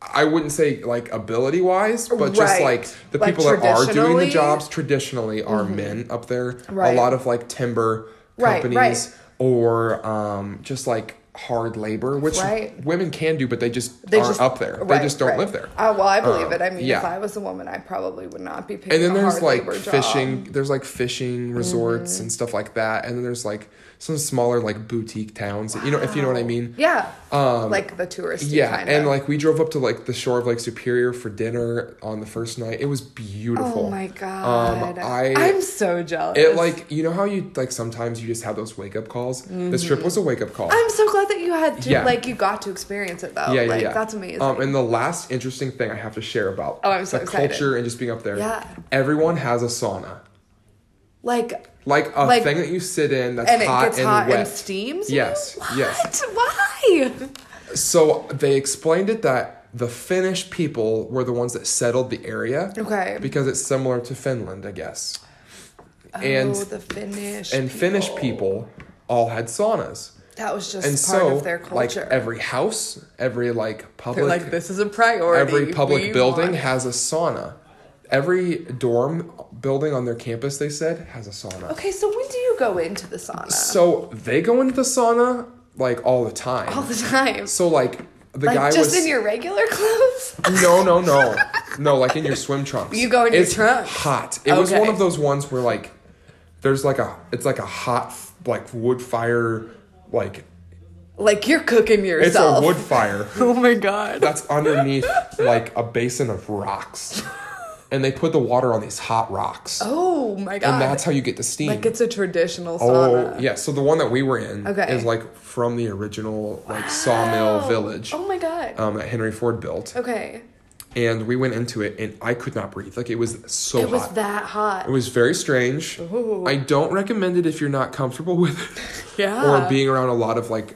Speaker 1: I wouldn't say like ability wise, but just
Speaker 2: Right.
Speaker 1: like the
Speaker 2: Like,
Speaker 1: people that are doing the
Speaker 2: traditionally? Mm-hmm.
Speaker 1: jobs traditionally are men up there. A
Speaker 2: Right.
Speaker 1: lot of like timber
Speaker 2: Right,
Speaker 1: companies
Speaker 2: right.
Speaker 1: or um, just like hard labor, which
Speaker 2: Right.
Speaker 1: women can do, but they just
Speaker 2: They
Speaker 1: aren't
Speaker 2: just,
Speaker 1: up there. they
Speaker 2: right,
Speaker 1: just don't
Speaker 2: right.
Speaker 1: live there.
Speaker 2: Uh, well, I believe
Speaker 1: Um,
Speaker 2: it. I mean,
Speaker 1: yeah.
Speaker 2: if I was a woman, I probably would not be picking
Speaker 1: and then
Speaker 2: a
Speaker 1: there's
Speaker 2: hard
Speaker 1: like
Speaker 2: labor job. Mm.
Speaker 1: fishing there's like fishing resorts and stuff like that and then there's like some smaller like boutique towns you know if you know what i mean
Speaker 2: Yeah. like the touristy
Speaker 1: Um, yeah
Speaker 2: kind
Speaker 1: and
Speaker 2: of.
Speaker 1: like we drove up to like the shore of lake superior for dinner on the first night it was beautiful
Speaker 2: Oh my god.
Speaker 1: Um, I-
Speaker 2: I'm so jealous.
Speaker 1: it like you know how you like sometimes you just have those wake up calls this
Speaker 2: Mm-hmm.
Speaker 1: trip was a wake up call
Speaker 2: I'm so glad that you had to
Speaker 1: Yeah.
Speaker 2: like you got to experience it though.
Speaker 1: yeah, yeah,
Speaker 2: like
Speaker 1: yeah.
Speaker 2: that's amazing.
Speaker 1: Um, and the last interesting thing I have to share about
Speaker 2: Oh, I'm so
Speaker 1: the
Speaker 2: excited.
Speaker 1: culture and just being up there.
Speaker 2: Yeah.
Speaker 1: Everyone has a sauna.
Speaker 2: like
Speaker 1: Like a
Speaker 2: Like-
Speaker 1: thing that you sit in that's
Speaker 2: and it
Speaker 1: hot
Speaker 2: gets
Speaker 1: and
Speaker 2: hot
Speaker 1: wet.
Speaker 2: and steams. you?
Speaker 1: Yes,
Speaker 2: What?
Speaker 1: yes.
Speaker 2: Why?
Speaker 1: So they explained it that the Finnish people were the ones that settled the area.
Speaker 2: Okay.
Speaker 1: Because it's similar to Finland, I guess. and
Speaker 2: oh, the Finnish
Speaker 1: and Finnish people all had saunas.
Speaker 2: That was just
Speaker 1: And
Speaker 2: part
Speaker 1: so
Speaker 2: of their
Speaker 1: like
Speaker 2: culture.
Speaker 1: every house, every like
Speaker 2: They're
Speaker 1: public
Speaker 2: like this is a priority.
Speaker 1: every public
Speaker 2: We
Speaker 1: building
Speaker 2: want it."
Speaker 1: has a sauna. Every dorm building on their campus, they said, has a sauna.
Speaker 2: Okay, so when do you go into the sauna?
Speaker 1: So they go into the sauna like all the time.
Speaker 2: All the time.
Speaker 1: So like the
Speaker 2: like
Speaker 1: guy
Speaker 2: just
Speaker 1: was
Speaker 2: in your regular clothes?
Speaker 1: No, no, no. No, like in your swim trunks.
Speaker 2: You go in your
Speaker 1: It's
Speaker 2: trunks.
Speaker 1: Hot. It was
Speaker 2: Okay.
Speaker 1: one of those ones where like there's like a it's like a hot like wood fire like
Speaker 2: like you're cooking
Speaker 1: it's
Speaker 2: yourself.
Speaker 1: a wood fire
Speaker 2: Oh my god.
Speaker 1: that's underneath like a basin of rocks. And they put the water on these hot rocks.
Speaker 2: oh my god.
Speaker 1: and that's how you get the steam.
Speaker 2: like it's a traditional
Speaker 1: Oh
Speaker 2: sauna.
Speaker 1: yeah, so the one that we were in
Speaker 2: Okay.
Speaker 1: is like from the original like sawmill
Speaker 2: Oh.
Speaker 1: village
Speaker 2: Oh my god.
Speaker 1: um, that Henry Ford built,
Speaker 2: okay.
Speaker 1: and we went into it, and I could not breathe. Like it was so
Speaker 2: It
Speaker 1: hot.
Speaker 2: was that hot.
Speaker 1: It was very strange. I don't recommend it if you're not comfortable with it.
Speaker 2: Yeah.
Speaker 1: or being around a lot of like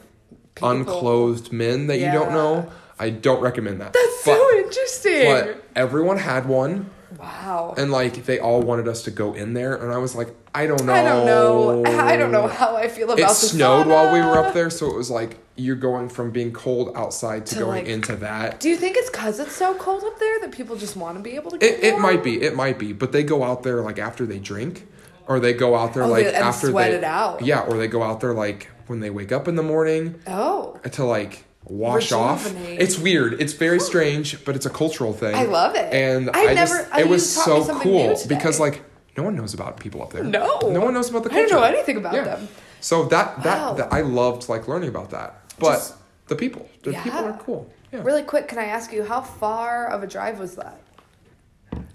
Speaker 1: unclothed men that you don't
Speaker 2: Yeah.
Speaker 1: know. I don't recommend that.
Speaker 2: That's so interesting.
Speaker 1: But everyone had one,
Speaker 2: wow.
Speaker 1: and like they all wanted us to go in there, and I was like, I don't know.
Speaker 2: I don't know. I don't know how I feel about
Speaker 1: It
Speaker 2: the
Speaker 1: snowed while we were
Speaker 2: sauna.
Speaker 1: up there, so it was like you're going from being cold outside to,
Speaker 2: To,
Speaker 1: going
Speaker 2: like-
Speaker 1: into that.
Speaker 2: Do you think it's because it's so cold up there that people just want to be able to? Get
Speaker 1: It, it
Speaker 2: warm?
Speaker 1: might be. It might be. But they go out there like after they drink, or they go out there
Speaker 2: Oh,
Speaker 1: like
Speaker 2: they- and
Speaker 1: after
Speaker 2: sweat
Speaker 1: they
Speaker 2: it out.
Speaker 1: Yeah, or they go out there like when they wake up in the morning
Speaker 2: Oh,
Speaker 1: to like wash off.
Speaker 2: Rejuvenate.
Speaker 1: It's weird. It's very strange, but it's a cultural thing.
Speaker 2: I love it.
Speaker 1: And
Speaker 2: I
Speaker 1: I,
Speaker 2: never-
Speaker 1: just
Speaker 2: I-
Speaker 1: it
Speaker 2: you
Speaker 1: was
Speaker 2: taught me
Speaker 1: so
Speaker 2: something new
Speaker 1: cool
Speaker 2: today.
Speaker 1: because like no one knows about people up there.
Speaker 2: No.
Speaker 1: no one knows about the
Speaker 2: I
Speaker 1: culture.
Speaker 2: didn't know anything about
Speaker 1: Yeah.
Speaker 2: them.
Speaker 1: So that that,
Speaker 2: Wow.
Speaker 1: that I loved like learning about that, but
Speaker 2: Just-
Speaker 1: the people, the
Speaker 2: Yeah.
Speaker 1: people are cool. Yeah,
Speaker 2: really quick, can I ask you how far of a drive was that?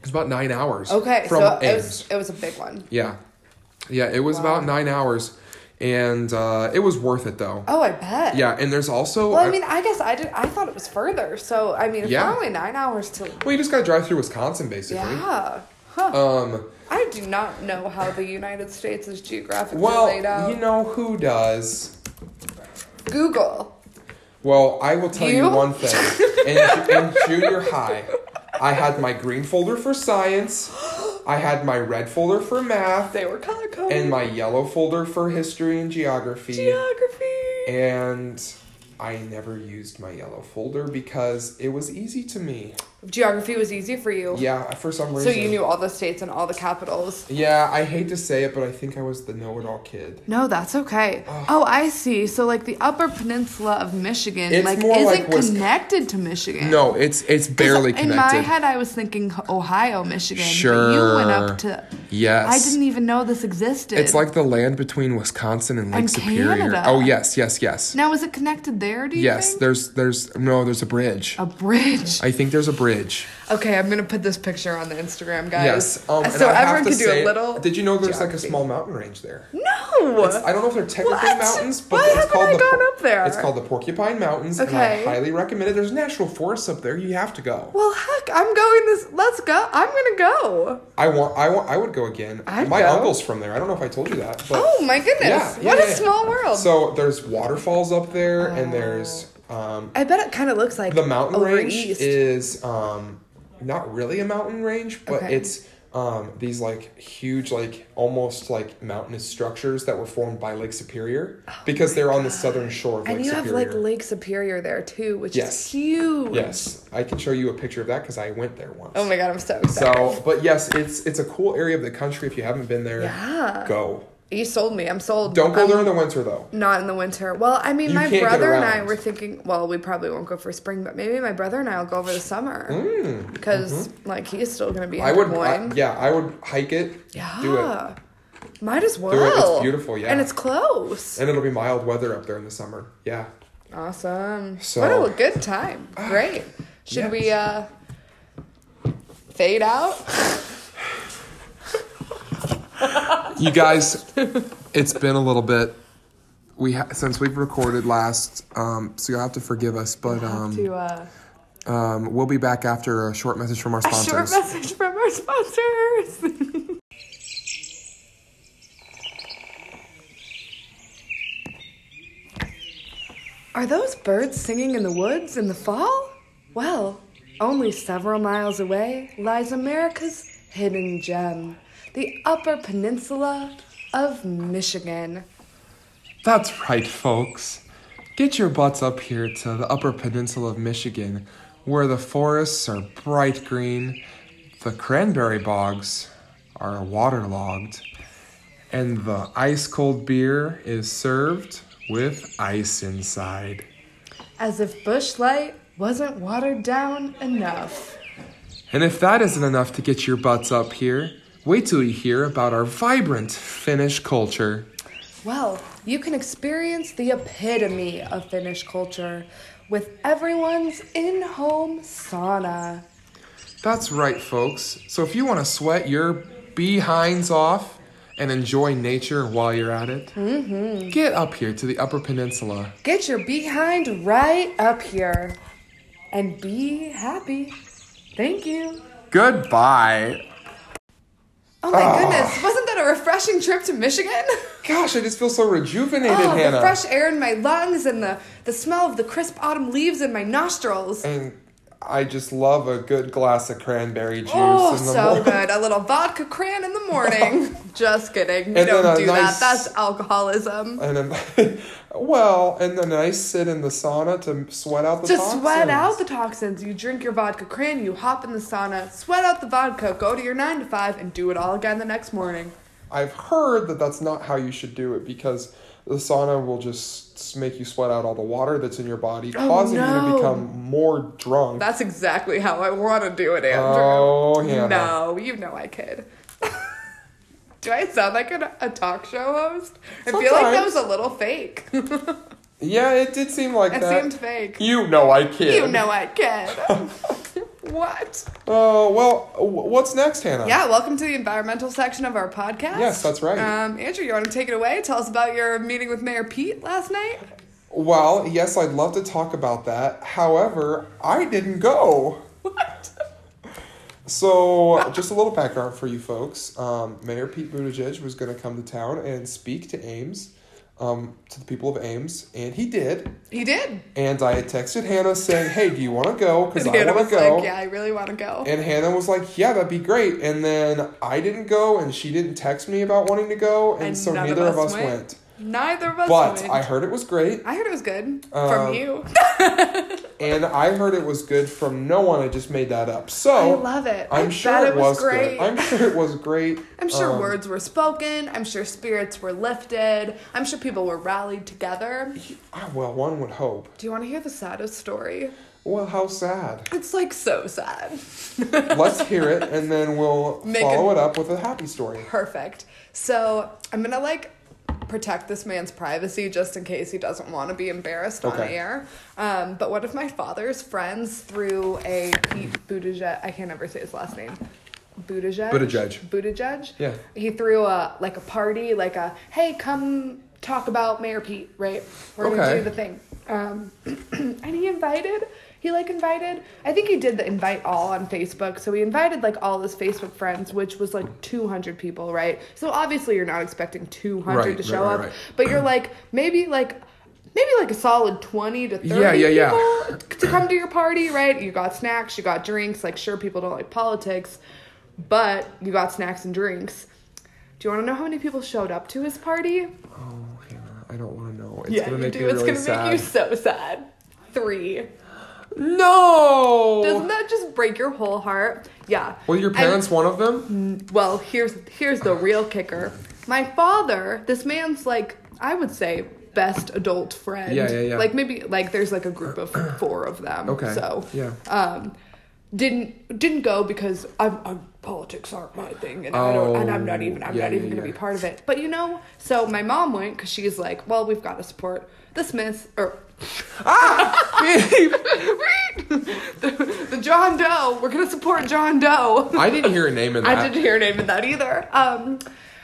Speaker 1: it's about nine hours.
Speaker 2: Okay,
Speaker 1: from
Speaker 2: so it
Speaker 1: Ames.
Speaker 2: was, it was a big one.
Speaker 1: Yeah. Yeah, it was about nine hours and uh, it was worth it though.
Speaker 2: Oh, I bet.
Speaker 1: Yeah, and there's also.
Speaker 2: Well, I mean, I guess I did. I thought it was further. So I mean, if
Speaker 1: Yeah.
Speaker 2: we're only nine hours to.
Speaker 1: well, you just got to drive through Wisconsin basically.
Speaker 2: Yeah. Huh.
Speaker 1: Um,
Speaker 2: I do not know how the United States is geographically laid
Speaker 1: well,
Speaker 2: out.
Speaker 1: you know who does?
Speaker 2: Google.
Speaker 1: Well, I will tell you,
Speaker 2: You?
Speaker 1: one thing. In, in junior high, I had my green folder for science, I had my red folder for math,
Speaker 2: They were color coded.
Speaker 1: and my yellow folder for history and geography.
Speaker 2: geography.
Speaker 1: And I never used my yellow folder because it was easy to me.
Speaker 2: Geography was easy for you.
Speaker 1: Yeah, for some
Speaker 2: So
Speaker 1: reason.
Speaker 2: you knew all the states and all the capitals.
Speaker 1: Yeah, I hate to say it, but I think I was the know-it-all kid.
Speaker 2: No, that's okay. Oh, I see. So like the Upper Peninsula of Michigan,
Speaker 1: It's
Speaker 2: like
Speaker 1: more
Speaker 2: isn't
Speaker 1: like Wisconsin.
Speaker 2: connected to Michigan.
Speaker 1: No, it's it's
Speaker 2: 'Cause
Speaker 1: barely connected.
Speaker 2: In my head, I was thinking Ohio, Michigan. But you
Speaker 1: Sure.
Speaker 2: went up to.
Speaker 1: Yes.
Speaker 2: I didn't even know this existed.
Speaker 1: It's like the land between Wisconsin and Lake
Speaker 2: And
Speaker 1: Superior.
Speaker 2: Canada.
Speaker 1: Oh yes, yes, yes.
Speaker 2: Now is it connected there? Do you
Speaker 1: yes,
Speaker 2: think?
Speaker 1: there's there's no, there's a bridge.
Speaker 2: a bridge.
Speaker 1: I think there's a bridge.
Speaker 2: Okay, I'm gonna put this picture on the Instagram, guys.
Speaker 1: Yes. Um, and
Speaker 2: so
Speaker 1: I have
Speaker 2: everyone
Speaker 1: to
Speaker 2: could do
Speaker 1: say-
Speaker 2: a little.
Speaker 1: Did you know there's like a
Speaker 2: geography.
Speaker 1: small mountain range there?
Speaker 2: No.
Speaker 1: It's- I don't know if they're technically
Speaker 2: What?
Speaker 1: mountains, but
Speaker 2: Why
Speaker 1: it's
Speaker 2: haven't
Speaker 1: called
Speaker 2: I
Speaker 1: the
Speaker 2: gone
Speaker 1: Por-
Speaker 2: up there?
Speaker 1: It's called the Porcupine Mountains,
Speaker 2: Okay.
Speaker 1: and I highly recommend it. There's natural forests up there. You have to go.
Speaker 2: well, heck, I'm going this. Let's go. I'm gonna go.
Speaker 1: I want. I want. I would go again.
Speaker 2: I'd
Speaker 1: my
Speaker 2: go.
Speaker 1: uncle's from there. I don't know if I told you that. But
Speaker 2: Oh my goodness!
Speaker 1: Yeah, yeah,
Speaker 2: what
Speaker 1: yeah,
Speaker 2: a
Speaker 1: yeah.
Speaker 2: small world.
Speaker 1: So there's waterfalls up there, and there's um,
Speaker 2: I bet it kind of looks like
Speaker 1: the mountain
Speaker 2: over
Speaker 1: range
Speaker 2: east.
Speaker 1: is um, not really a mountain range, but
Speaker 2: Okay.
Speaker 1: it's um, these like huge, like almost like mountainous structures that were formed by Lake Superior because they're on the southern shore of
Speaker 2: Oh and
Speaker 1: Lake
Speaker 2: you
Speaker 1: Superior.
Speaker 2: have like Lake Superior there too, which
Speaker 1: Yes.
Speaker 2: is huge.
Speaker 1: yes, I can show you a picture of that because I went there once.
Speaker 2: Oh my god, I'm so excited.
Speaker 1: So, but yes, it's it's a cool area of the country. If you haven't been there,
Speaker 2: Yeah.
Speaker 1: go.
Speaker 2: you sold me. I'm sold.
Speaker 1: Don't go
Speaker 2: I'm
Speaker 1: there in the winter though.
Speaker 2: Not Um, in the winter. Well, I mean,
Speaker 1: You
Speaker 2: my
Speaker 1: can't get
Speaker 2: brother and I
Speaker 1: around.
Speaker 2: were thinking. Well, we probably won't go for spring, but maybe my brother and I will go over the summer because like he's still gonna be in
Speaker 1: Hmm, mm-hmm. I would,
Speaker 2: Des
Speaker 1: I-
Speaker 2: Moines.
Speaker 1: yeah, I would hike it.
Speaker 2: yeah.
Speaker 1: Do it,
Speaker 2: Might as well.
Speaker 1: it. It's beautiful, yeah.
Speaker 2: And it's close.
Speaker 1: and it'll be mild weather up there in the summer. Yeah.
Speaker 2: Awesome.
Speaker 1: So- ah,
Speaker 2: what a good time. Great.
Speaker 1: Yes.
Speaker 2: Should we uh fade out?
Speaker 1: You guys, it's been a little bit. We ha- since we've recorded last, um, so you'll have to forgive us, but
Speaker 2: Have
Speaker 1: um,
Speaker 2: to uh
Speaker 1: um, we'll be back after a short message from our
Speaker 2: a short
Speaker 1: sponsors.
Speaker 2: message from our sponsors. Are those birds singing in the woods in the fall? Well, only several miles away lies America's hidden gem, the Upper Peninsula of Michigan.
Speaker 1: That's right, folks. Get your butts up here to the Upper Peninsula of Michigan, where the forests are bright green, the cranberry bogs are waterlogged, and the ice cold beer is served with ice inside.
Speaker 2: As if Bushlight wasn't watered down enough.
Speaker 1: And if that isn't enough to get your butts up here, wait till you hear about our vibrant Finnish culture.
Speaker 2: Well, you can experience the epitome of Finnish culture with everyone's in home sauna.
Speaker 1: That's right, folks. So if you want to sweat your behinds off and enjoy nature while you're at it,
Speaker 2: Mm-hmm.
Speaker 1: get up here to the Upper Peninsula.
Speaker 2: Get your behind right up here and be happy. Thank you.
Speaker 1: Goodbye.
Speaker 2: Oh my goodness, wasn't that a refreshing trip to Michigan?
Speaker 1: Gosh, I just feel so rejuvenated,
Speaker 2: Oh,
Speaker 1: Hannah.
Speaker 2: the fresh air in my lungs and the, the smell of the crisp autumn leaves in my nostrils.
Speaker 1: and I just love a good glass of cranberry juice
Speaker 2: Oh,
Speaker 1: in the
Speaker 2: so
Speaker 1: morning.
Speaker 2: good. A little vodka cran in the morning. Just kidding. We
Speaker 1: And then
Speaker 2: don't
Speaker 1: a
Speaker 2: do
Speaker 1: nice-
Speaker 2: that. That's alcoholism.
Speaker 1: And then, well, and then I sit in the sauna to sweat out the
Speaker 2: To
Speaker 1: toxins.
Speaker 2: sweat out the toxins, you drink your vodka cran, you hop in the sauna, sweat out the vodka, go to your 9 to 5, and do it all again the next morning.
Speaker 1: I've heard that that's not how you should do it because the sauna will just s- make you sweat out all the water that's in your body, causing you
Speaker 2: Oh, no.
Speaker 1: to become more drunk.
Speaker 2: That's exactly how I want to do it, Andrew.
Speaker 1: oh, Hannah.
Speaker 2: No, you know I could. do I sound like an, a talk show host? I feel like that
Speaker 1: Sometimes.
Speaker 2: was a little fake. it
Speaker 1: Yeah, it did seem like that.
Speaker 2: seemed fake.
Speaker 1: you know I kid.
Speaker 2: You know I could. what?
Speaker 1: Oh, well, w- what's next, Hannah?
Speaker 2: Yeah, welcome to the environmental section of our podcast.
Speaker 1: Oh. Yes, that's right.
Speaker 2: Um, Andrew, you want to take it away? Tell us about your meeting with Mayor Pete last night.
Speaker 1: Well, yes, I'd love to talk about that. However, I didn't go.
Speaker 2: What?
Speaker 1: So, just a little background for you folks. Um, Mayor Pete Buttigieg was going to come to town and speak to Ames, um, to the people of Ames, and he did.
Speaker 2: He did.
Speaker 1: And I had texted Hannah saying, "Hey, do you want to go? Because
Speaker 2: And
Speaker 1: I
Speaker 2: Hannah
Speaker 1: want
Speaker 2: was
Speaker 1: to go."
Speaker 2: like, "Yeah, I really want to go."
Speaker 1: And Hannah was like, "Yeah, that'd be great." And then I didn't go, and she didn't text me about wanting to go, and,
Speaker 2: And
Speaker 1: so
Speaker 2: none of
Speaker 1: neither of us
Speaker 2: us
Speaker 1: went.
Speaker 2: went. Neither of us.
Speaker 1: But
Speaker 2: would.
Speaker 1: I heard it was great,
Speaker 2: I heard it was good
Speaker 1: Um,
Speaker 2: from you.
Speaker 1: and I heard it was good from no one. I just made that up.
Speaker 2: I
Speaker 1: So
Speaker 2: love it. I
Speaker 1: I'm
Speaker 2: bet
Speaker 1: sure
Speaker 2: it was
Speaker 1: good.
Speaker 2: great.
Speaker 1: I'm sure it was great.
Speaker 2: I'm sure
Speaker 1: Um,
Speaker 2: words were spoken. I'm sure spirits were lifted. I'm sure people were rallied together.
Speaker 1: ah, well, one would hope.
Speaker 2: Do you want to hear the saddest story?
Speaker 1: Well, how sad.
Speaker 2: It's like so sad.
Speaker 1: Let's hear it, and then we'll
Speaker 2: Make
Speaker 1: follow it
Speaker 2: it-
Speaker 1: up with a happy story.
Speaker 2: Perfect. So I'm gonna like protect this man's privacy just in case he doesn't want to be embarrassed on
Speaker 1: Okay.
Speaker 2: air. Um, but one of my father's friends threw a Pete Buttigieg. I can't ever say his last name. Buttigieg.
Speaker 1: Buttigieg.
Speaker 2: Buttigieg.
Speaker 1: Yeah.
Speaker 2: He threw a like a party, like a hey, come talk about Mayor Pete, right? We're gonna
Speaker 1: Okay.
Speaker 2: do the thing. Um, and he invited. He like invited. I think he did the invite all on Facebook. So he invited like all his Facebook friends, which was like 200 people, right? So obviously you're not expecting 200
Speaker 1: Right,
Speaker 2: to
Speaker 1: right,
Speaker 2: show
Speaker 1: right,
Speaker 2: up,
Speaker 1: right.
Speaker 2: but you're like maybe like maybe like a solid 20 to 30
Speaker 1: Yeah, yeah, yeah.
Speaker 2: people to come to your party, right? You got snacks, you got drinks. Like sure people don't like politics, but you got snacks and drinks. Do you want to know how many people showed up to his party?
Speaker 1: Oh, Hannah, I don't want to know. It's
Speaker 2: you
Speaker 1: gonna make
Speaker 2: do.
Speaker 1: me
Speaker 2: It's
Speaker 1: really
Speaker 2: gonna
Speaker 1: sad.
Speaker 2: make you so sad. Three.
Speaker 1: No.
Speaker 2: Doesn't that just break your whole heart? Yeah.
Speaker 1: Were your
Speaker 2: And-
Speaker 1: parents one of them?
Speaker 2: well, here's here's the real kicker. My father, this man's like I would say best adult friend.
Speaker 1: Yeah, yeah, yeah.
Speaker 2: Like maybe like there's like a group of four of them.
Speaker 1: Okay.
Speaker 2: So
Speaker 1: Yeah.
Speaker 2: um, didn't didn't go because I'm, I'm politics aren't my thing, and I don't, and I'm not even I'm
Speaker 1: Oh, yeah,
Speaker 2: not even
Speaker 1: yeah,
Speaker 2: gonna be
Speaker 1: yeah.
Speaker 2: part of it. But you know, so my mom went because she's like, well, we've got to support this miss or.
Speaker 1: Ah!
Speaker 2: the, the John Doe. We're gonna support John Doe.
Speaker 1: I didn't hear a name in that.
Speaker 2: I didn't hear her name in that either. Um,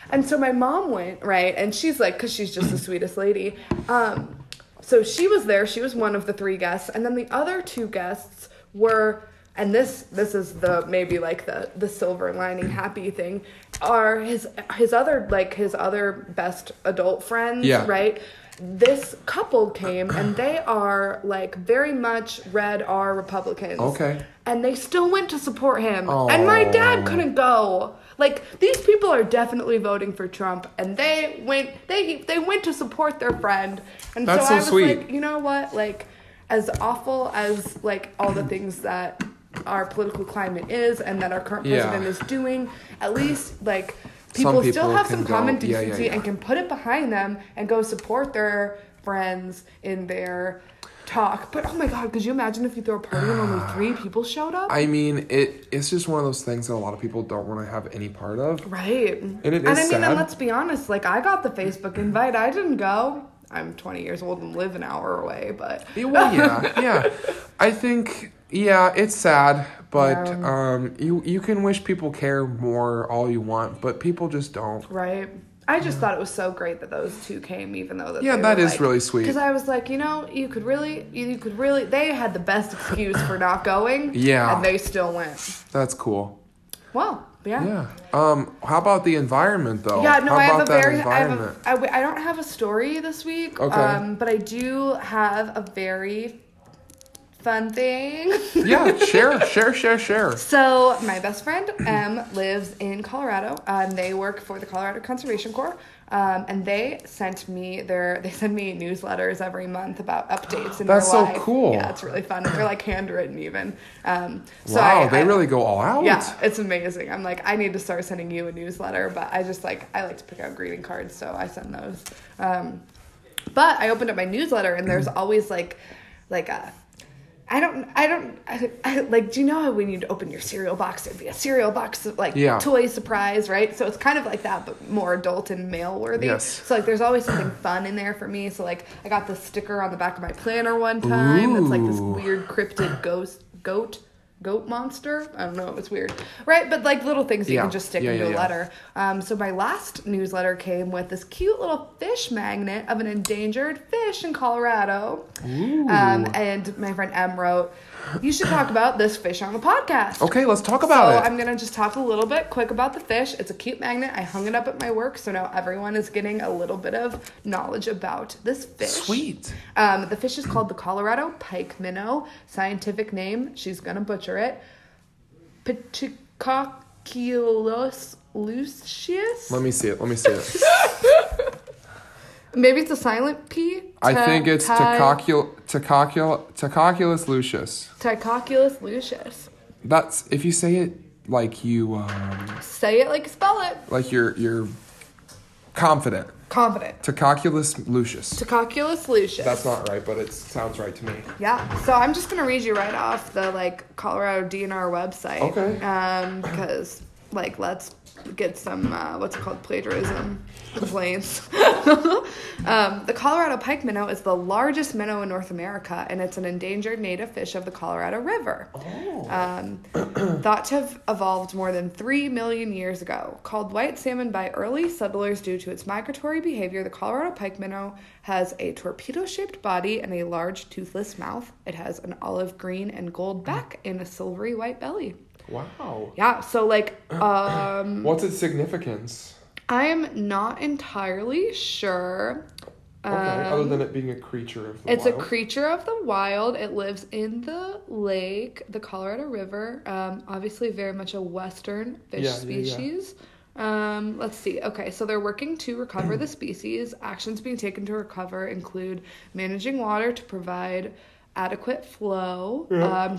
Speaker 2: and so my mom went right, and she's like, because she's just the sweetest lady. Um, so she was there. She was one of the three guests, and then the other two guests were, and this this is the maybe like the the silver lining happy thing, are his his other like his other best adult friends,
Speaker 1: Yeah.
Speaker 2: right? This couple came and they are like very much red R Republicans.
Speaker 1: Okay.
Speaker 2: And they still went to support him. And my
Speaker 1: Oh.
Speaker 2: dad couldn't go. Like these people are definitely voting for Trump, and they went they they went to support their friend. And
Speaker 1: That's
Speaker 2: so,
Speaker 1: so
Speaker 2: I was
Speaker 1: sweet.
Speaker 2: like, you know what? Like as awful as like all the things that our political climate is and that our current
Speaker 1: Yeah.
Speaker 2: president is doing, at least like
Speaker 1: Some
Speaker 2: people,
Speaker 1: people
Speaker 2: still have
Speaker 1: can
Speaker 2: some
Speaker 1: go-
Speaker 2: common
Speaker 1: yeah, yeah,
Speaker 2: decency
Speaker 1: yeah.
Speaker 2: and can put it behind them and go support their friends in their talk. But oh my god, could you imagine if you throw a party and only three people showed up?
Speaker 1: I mean, it it's just one of those things that a lot of people don't want to have any part of. it
Speaker 2: Right.
Speaker 1: is
Speaker 2: and I mean,
Speaker 1: sad.
Speaker 2: and let's be honest, like I got the Facebook invite, I didn't go. I'm 20 years old and live an hour away, but
Speaker 1: Yeah, Well, yeah, yeah. I think yeah, it's sad, but um, you you can wish people care more all you want, but people just don't.
Speaker 2: right. I just thought it was so great that those two came, even though that
Speaker 1: Yeah, that
Speaker 2: that
Speaker 1: is
Speaker 2: is
Speaker 1: really sweet.
Speaker 2: Because I was like, you know, you could really, you could really. They had the best excuse for not going.
Speaker 1: Yeah.
Speaker 2: and they still went.
Speaker 1: That's cool.
Speaker 2: Well, yeah.
Speaker 1: Yeah. Um, how about the environment though?
Speaker 2: Yeah, no,
Speaker 1: how
Speaker 2: I
Speaker 1: about
Speaker 2: have a
Speaker 1: that
Speaker 2: very. I, have
Speaker 1: environment?
Speaker 2: a, I, w- I don't have a story this week.
Speaker 1: Okay.
Speaker 2: Um, but I do have a very fun thing.
Speaker 1: yeah, share, share, share, share.
Speaker 2: so my best friend M lives in Colorado. Um, they work for the Colorado Conservation Corps. Um, and they sent me their they send me newsletters every month about updates in
Speaker 1: That's
Speaker 2: their
Speaker 1: so
Speaker 2: life.
Speaker 1: cool.
Speaker 2: Yeah, it's really fun. They're like handwritten even. Um, so
Speaker 1: wow,
Speaker 2: I,
Speaker 1: they
Speaker 2: I-
Speaker 1: really go all out.
Speaker 2: yeah, it's amazing. I'm like, I need to start sending you a newsletter, but I just like I like to pick out greeting cards, so I send those. Um, but I opened up my newsletter, and there's
Speaker 1: Mm-hmm.
Speaker 2: always like, like a. I don't, I don't, I, I, like, do you know how when you'd open your cereal box, there'd be a cereal box, of, like,
Speaker 1: Yeah.
Speaker 2: toy surprise, right? So it's kind of like that, but more adult and male worthy.
Speaker 1: Yes.
Speaker 2: So, like, there's always something fun in there for me. So, like, I got this sticker on the back of my planner one time. It's like this
Speaker 1: Ooh.
Speaker 2: weird cryptid ghost goat goat monster. I don't know, it was weird. Right, but like little things you
Speaker 1: Yeah.
Speaker 2: can just stick
Speaker 1: Yeah,
Speaker 2: into
Speaker 1: yeah,
Speaker 2: a
Speaker 1: yeah.
Speaker 2: letter. Um, so my last newsletter came with this cute little fish magnet of an endangered fish in Colorado. Um, and my friend Em wrote, "You should talk about this fish on the podcast."
Speaker 1: Okay, let's Oh, talk about
Speaker 2: so
Speaker 1: it.
Speaker 2: I'm gonna just talk a little bit quick about the fish. It's a cute magnet. I hung it up at my work, so now everyone is getting a little bit of knowledge about this fish.
Speaker 1: Sweet.
Speaker 2: Um, the fish is called the Colorado pike minnow. Scientific name, she's gonna butcher it. Pichicochilus lucius.
Speaker 1: Let me see it. Let me see it.
Speaker 2: Maybe it's a silent P.
Speaker 1: I
Speaker 2: Ta-
Speaker 1: think it's
Speaker 2: ti-
Speaker 1: Tacocul Tacocul Tacocculus lucius.
Speaker 2: Ticoculus lucius.
Speaker 1: That's if you say it like you um,
Speaker 2: Say it like you spell it.
Speaker 1: like you're you're confident.
Speaker 2: Confident.
Speaker 1: Tacocculus lucius.
Speaker 2: Ticoculus lucius.
Speaker 1: That's not right, but it sounds right to me.
Speaker 2: Yeah. So I'm just gonna read you right off the like Colorado DNR website.
Speaker 1: Okay.
Speaker 2: Um, because like let's get some uh, what's it called plagiarism complaints. um, the Colorado pike minnow is the largest minnow in North America, and it's an endangered native fish of the Colorado River. Um, thought to have evolved more than three million years ago, called white salmon by early settlers due to its migratory behavior. The Colorado pike minnow has a torpedo-shaped body and a large toothless mouth. It has an olive green and gold back and a silvery white belly.
Speaker 1: Wow.
Speaker 2: Yeah, so like um
Speaker 1: What's its significance?
Speaker 2: I am not entirely sure.
Speaker 1: Okay, other than it being a creature of the
Speaker 2: Um, It's
Speaker 1: wild.
Speaker 2: a creature of the wild. It lives in the lake, the Colorado River. Um, obviously, very much a western fish
Speaker 1: Yeah, yeah, yeah.
Speaker 2: species. Um, let's see. Okay, so they're working to recover the species. Actions being taken to recover include managing water to provide adequate flow, um,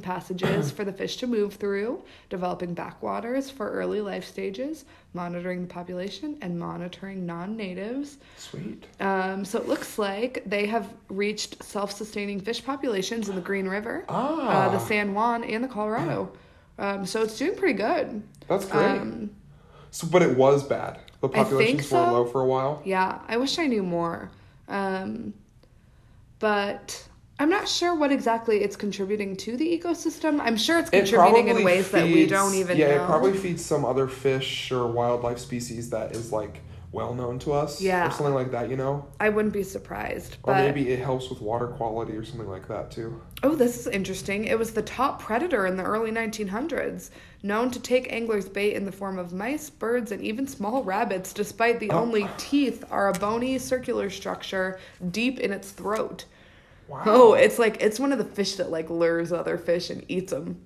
Speaker 2: passages for the fish to move through, developing backwaters for early life stages, monitoring the population, and monitoring non natives.
Speaker 1: Sweet.
Speaker 2: Um, so it looks like they have reached self sustaining fish populations in the Green River, uh,
Speaker 1: Ah.
Speaker 2: the San Juan, and the Colorado. Um, so it's doing pretty good.
Speaker 1: That's great.
Speaker 2: Um,
Speaker 1: so, but it was bad. The
Speaker 2: think
Speaker 1: populations were
Speaker 2: so.
Speaker 1: low for a while.
Speaker 2: yeah, I wish I knew more. Um, but I'm not sure what exactly it's contributing to the ecosystem. I'm sure it's contributing in
Speaker 1: probably
Speaker 2: ways that we
Speaker 1: feeds-
Speaker 2: don't even
Speaker 1: yeah,
Speaker 2: know.
Speaker 1: it probably feeds some other fish or wildlife species that is like well known to us.
Speaker 2: Yeah.
Speaker 1: Or something like that, you know?
Speaker 2: I wouldn't be surprised.
Speaker 1: Or
Speaker 2: But
Speaker 1: maybe it helps with water quality or something like that too.
Speaker 2: Oh, this is interesting. It was the top predator in the early 1900s, known to take anglers' bait in the form of mice, birds, and even small rabbits, despite the only teeth are a bony circular structure deep in its throat.
Speaker 1: Wow.
Speaker 2: Oh, it's like it's one of the fish that like lures other fish and eats them.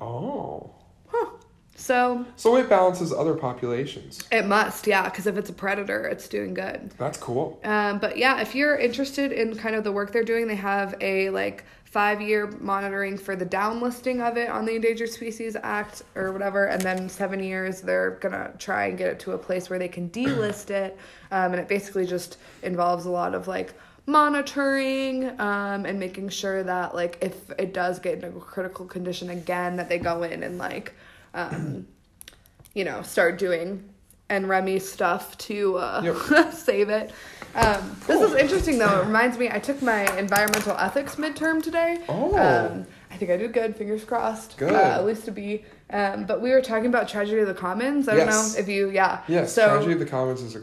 Speaker 1: Oh.
Speaker 2: Huh. So
Speaker 1: So it balances other populations.
Speaker 2: it must, yeah, because if it's a predator, it's doing good.
Speaker 1: That's cool.
Speaker 2: Um, but yeah, if you're interested in kind of the work they're doing, they have a like five year monitoring for the downlisting of it on the Endangered Species Act or whatever, and then seven years they're gonna try and get it to a place where they can delist it. Um, and it basically just involves a lot of like monitoring um, and making sure that like if it does get into a critical condition again, that they go in and like um, you know start doing and Remy stuff to uh, save it. Um, This is interesting though. It reminds me, I took my environmental ethics midterm today.
Speaker 1: Oh.
Speaker 2: Um, I think I did good. Fingers crossed.
Speaker 1: Good.
Speaker 2: Uh, at least to be. Um, but we were talking about tragedy of the commons. I don't
Speaker 1: Yes.
Speaker 2: know if you, yeah.
Speaker 1: Yes,
Speaker 2: So
Speaker 1: tragedy of the commons is a,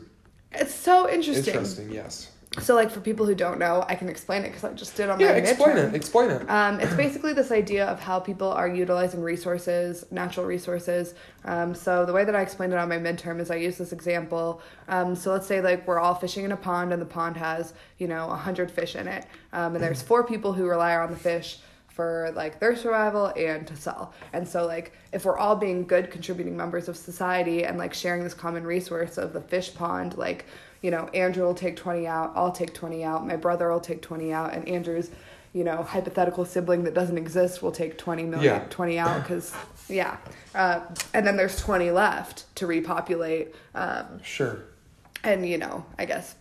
Speaker 2: it's so interesting.
Speaker 1: interesting, yes.
Speaker 2: So like for people who don't know, I can explain it because I just did on
Speaker 1: Yeah,
Speaker 2: my
Speaker 1: explain
Speaker 2: midterm.
Speaker 1: it. Explain it.
Speaker 2: Um, it's basically this idea of how people are utilizing resources, natural resources. Um, so the way that I explained it on my midterm is I use this example. Um, so let's say like we're all fishing in a pond and the pond has you know a hundred fish in it, um, and there's four people who rely on the fish for like their survival and to sell. And so like if we're all being good contributing members of society and like sharing this common resource of the fish pond, like you know Andrew will take twenty out, I'll take twenty out, my brother will take twenty out, and Andrew's you know hypothetical sibling that doesn't exist will take 20 million
Speaker 1: Yeah.
Speaker 2: 20 out because yeah uh, and then there's 20 left to repopulate um,
Speaker 1: sure.
Speaker 2: and you know i guess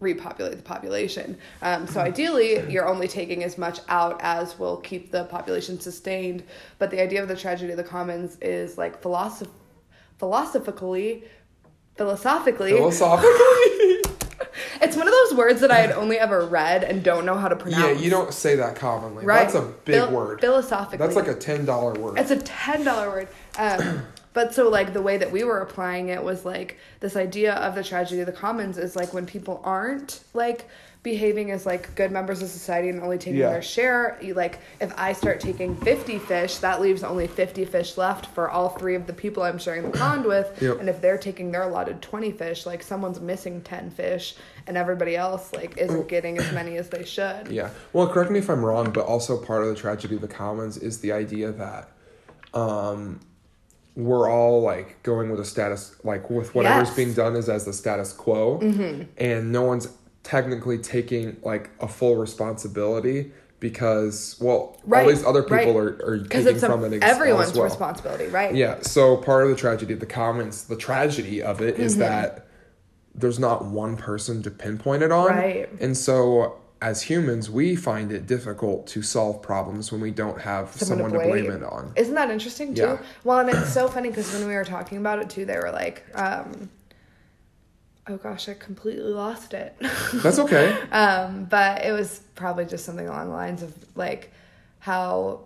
Speaker 2: repopulate the population um,
Speaker 1: Mm-hmm.
Speaker 2: so ideally you're only taking as much out as will keep the population sustained but the idea of the tragedy of the commons is like philosoph- philosophically philosophically
Speaker 1: Philosophically.
Speaker 2: it's one of those words that i had only ever read and don't know how to pronounce
Speaker 1: yeah, you don't say that commonly.
Speaker 2: Right.
Speaker 1: That's a big
Speaker 2: Phil-
Speaker 1: word.
Speaker 2: philosophically.
Speaker 1: That's like a ten dollar word.
Speaker 2: It's a ten dollar word. Um, but so like the way that we were applying it was like this idea of the tragedy of the commons is like when people aren't like behaving as like good members of society and only taking
Speaker 1: Yeah.
Speaker 2: their share. You, like if I start taking fifty fish, that leaves only fifty fish left for all three of the people I'm sharing the pond with.
Speaker 1: Yep.
Speaker 2: And if they're taking their allotted twenty fish, like someone's missing ten fish, and everybody else like isn't getting as many as they should.
Speaker 1: Yeah. Well, correct me if I'm wrong, but also part of the tragedy of the commons is the idea that um, we're all like going with a status like with whatever's
Speaker 2: Yes. Mm-hmm.
Speaker 1: being done is as the status quo and no one's technically taking like a full responsibility because well
Speaker 2: Right,
Speaker 1: all these other people
Speaker 2: right.
Speaker 1: are, are
Speaker 2: because
Speaker 1: taking
Speaker 2: it's
Speaker 1: from
Speaker 2: a,
Speaker 1: it ex-
Speaker 2: everyone's
Speaker 1: as well.
Speaker 2: responsibility, right?
Speaker 1: Yeah. So part of the tragedy, the comments, the tragedy of it
Speaker 2: Mm-hmm.
Speaker 1: is that there's not one person to pinpoint it on.
Speaker 2: Right.
Speaker 1: And so as humans, we find it difficult to solve problems when we don't have someone, to, blame. it on.
Speaker 2: Isn't that interesting too?
Speaker 1: Yeah.
Speaker 2: Well, and it's so funny because when we were talking about it too, they were like, um, "Oh gosh, I completely lost it."
Speaker 1: That's okay.
Speaker 2: um, but it was probably just something along the lines of like how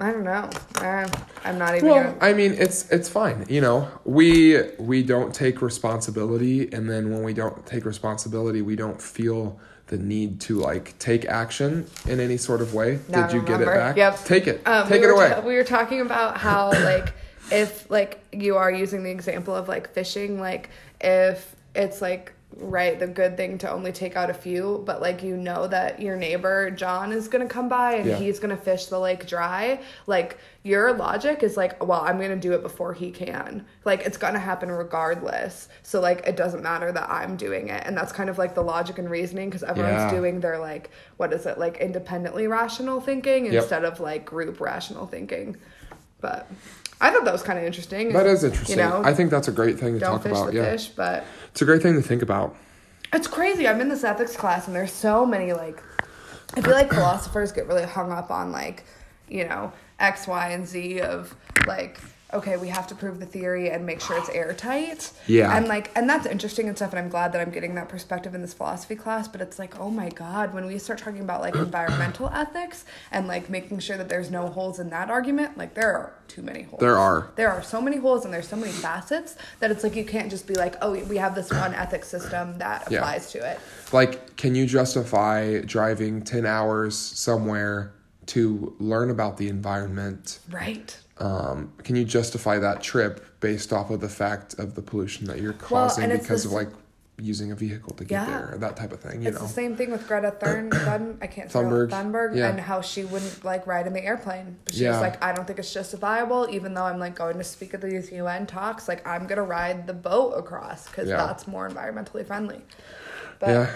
Speaker 2: I don't know. Uh, I'm not even.
Speaker 1: Well,
Speaker 2: gonna,
Speaker 1: I mean, it's it's fine. You know, we we don't take responsibility, and then when we don't take responsibility, we don't feel the need to like take action in any sort of way.
Speaker 2: Now
Speaker 1: Did
Speaker 2: I
Speaker 1: you get it
Speaker 2: remember.
Speaker 1: back?
Speaker 2: Yep.
Speaker 1: Take it.
Speaker 2: Um,
Speaker 1: take
Speaker 2: we
Speaker 1: it
Speaker 2: were
Speaker 1: away.
Speaker 2: ta- we were talking about how like if like you are using the example of like fishing, like if it's like right the good thing to only take out a few but like you know that your neighbor john is gonna come by and
Speaker 1: Yeah.
Speaker 2: he's gonna fish the lake dry like your logic is like well i'm gonna do it before he can like it's gonna happen regardless so like it doesn't matter that i'm doing it and that's kind of like the logic and reasoning because everyone's
Speaker 1: Yeah.
Speaker 2: doing their like what is it like independently rational thinking
Speaker 1: Yep.
Speaker 2: instead of like group rational thinking. But I thought that was kind of interesting.
Speaker 1: That is interesting.
Speaker 2: You know,
Speaker 1: I think that's a great thing to
Speaker 2: don't
Speaker 1: talk
Speaker 2: fish
Speaker 1: about.
Speaker 2: the
Speaker 1: Yeah,
Speaker 2: fish, but
Speaker 1: it's a great thing to think about.
Speaker 2: it's crazy. I'm in this ethics class, and there's so many like. I feel like philosophers get really hung up on like, you know, X, Y, and Z of like, okay, we have to prove the theory and make sure it's airtight.
Speaker 1: Yeah.
Speaker 2: And like, and that's interesting and stuff, and I'm glad that I'm getting that perspective in this philosophy class. But it's like, oh my god, when we start talking about like environmental ethics and like making sure that there's no holes in that argument, like there are too many holes.
Speaker 1: There are.
Speaker 2: There are so many holes and there's so many facets that it's like you can't just be like, oh, we have this one ethics system that
Speaker 1: Yeah.
Speaker 2: applies to it.
Speaker 1: Like, can you justify driving ten hours somewhere to learn about the environment?
Speaker 2: Right.
Speaker 1: Um, can you justify that trip based off of the fact of the pollution that you're causing
Speaker 2: and it's
Speaker 1: because of
Speaker 2: the s-
Speaker 1: like using a vehicle to get
Speaker 2: Yeah.
Speaker 1: there, that type of thing? You
Speaker 2: It's
Speaker 1: know,
Speaker 2: the same thing with Greta Thurn, Thun, I can't say
Speaker 1: Thunberg.
Speaker 2: Thunberg, Thunberg
Speaker 1: Yeah.
Speaker 2: and how she wouldn't like ride in the airplane. She
Speaker 1: Yeah.
Speaker 2: was like, I don't think it's justifiable, even though I'm like going to speak at these UN talks. Like, I'm gonna ride the boat across because
Speaker 1: Yeah.
Speaker 2: that's more environmentally friendly. But
Speaker 1: Yeah.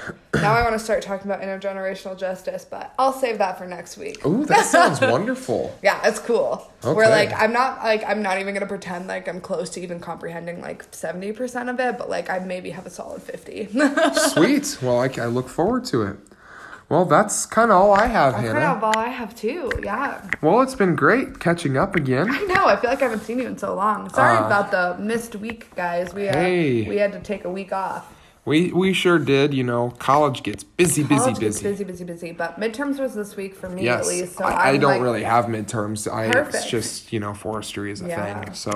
Speaker 2: now I want to start talking about intergenerational justice, but I'll save that for next week.
Speaker 1: Ooh, that sounds wonderful.
Speaker 2: Yeah, it's cool. We're
Speaker 1: Okay.
Speaker 2: like, I'm not like, I'm not even gonna pretend like I'm close to even comprehending like 70% of it, but like, I maybe have a solid 50.
Speaker 1: Sweet. Well, I, I look forward to it. Well, that's kind of all I have,
Speaker 2: That's
Speaker 1: Hannah.
Speaker 2: kind of all I have too. Yeah.
Speaker 1: Well, it's been great catching up again.
Speaker 2: I know. I feel like I haven't seen you in so long. Sorry about the missed week, guys. We uh,
Speaker 1: Uh, Hey.
Speaker 2: we had to take a week off.
Speaker 1: We we sure did. You know, college gets busy, busy,
Speaker 2: College gets
Speaker 1: busy.
Speaker 2: busy, busy, busy. But midterms was this week for me
Speaker 1: Yes,
Speaker 2: at least. So
Speaker 1: I, I
Speaker 2: I'm,
Speaker 1: don't
Speaker 2: like-
Speaker 1: really have midterms. I it's
Speaker 2: Perfect.
Speaker 1: just you know forestry is a
Speaker 2: Yeah.
Speaker 1: thing. So,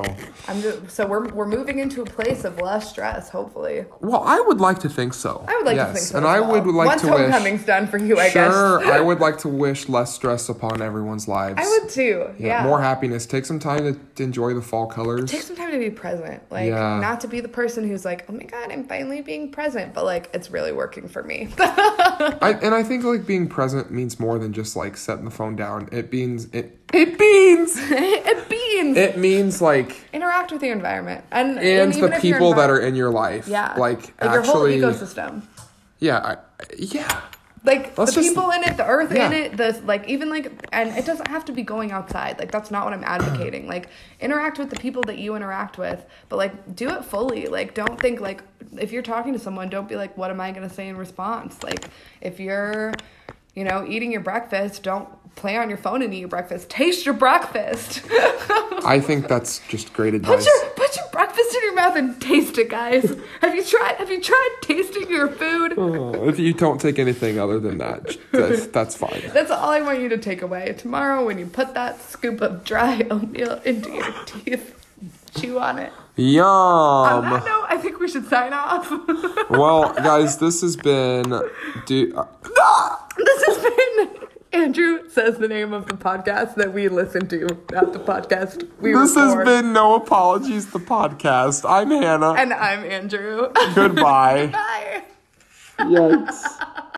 Speaker 2: I'm just, so we're we're moving into a place of less stress, hopefully.
Speaker 1: well, I would like to think so.
Speaker 2: I would like
Speaker 1: yes.
Speaker 2: to think so.
Speaker 1: and
Speaker 2: as
Speaker 1: I
Speaker 2: well.
Speaker 1: would like
Speaker 2: once
Speaker 1: to
Speaker 2: homecoming's
Speaker 1: wish.
Speaker 2: done for you, I
Speaker 1: sure,
Speaker 2: guess.
Speaker 1: I would like to wish less stress upon everyone's lives.
Speaker 2: I would too. Yeah.
Speaker 1: more happiness. Take some time to, to enjoy the fall colors.
Speaker 2: Take some time to be present. Like
Speaker 1: Yeah.
Speaker 2: not to be the person who's like, oh my god, I'm finally being present, but like it's really working for me.
Speaker 1: I, and I think like being present means more than just like setting the phone down. It means it. It means
Speaker 2: it beans.
Speaker 1: it means like
Speaker 2: interact with your environment and
Speaker 1: and
Speaker 2: even
Speaker 1: the
Speaker 2: if your
Speaker 1: people that are
Speaker 2: envir-
Speaker 1: in your life.
Speaker 2: yeah
Speaker 1: like,
Speaker 2: your whole
Speaker 1: actually,
Speaker 2: ecosystem
Speaker 1: yeah, I, yeah.
Speaker 2: like
Speaker 1: Let's
Speaker 2: the
Speaker 1: just-
Speaker 2: people in it the earth
Speaker 1: Yeah.
Speaker 2: in it the like even like and it doesn't have to be going outside like that's not what i'm advocating like interact with the people that you interact with but like do it fully like don't think like if you're talking to someone don't be like what am i going to say in response like if you're you know eating your breakfast don't play on your phone and eat your breakfast taste your breakfast
Speaker 1: I think that's just great
Speaker 2: Put
Speaker 1: advice.
Speaker 2: your put your breakfast in your mouth and taste it, guys. have you tried? Have you tried tasting your food?
Speaker 1: Oh, if you don't take anything other than that, j- that's, that's fine.
Speaker 2: That's all I want you to take away tomorrow when you put that scoop of dry oatmeal into your teeth. Chew on it. On
Speaker 1: Yum.
Speaker 2: that note, I think we should sign off.
Speaker 1: Um, Well, guys, this has been. Do, uh,
Speaker 2: this has been. Andrew says the name of the podcast that we listen to, not the podcast we
Speaker 1: this has
Speaker 2: record.
Speaker 1: been No Apologies, the podcast. I'm Hannah.
Speaker 2: And I'm Andrew.
Speaker 1: Goodbye.
Speaker 2: Bye.
Speaker 1: Yikes.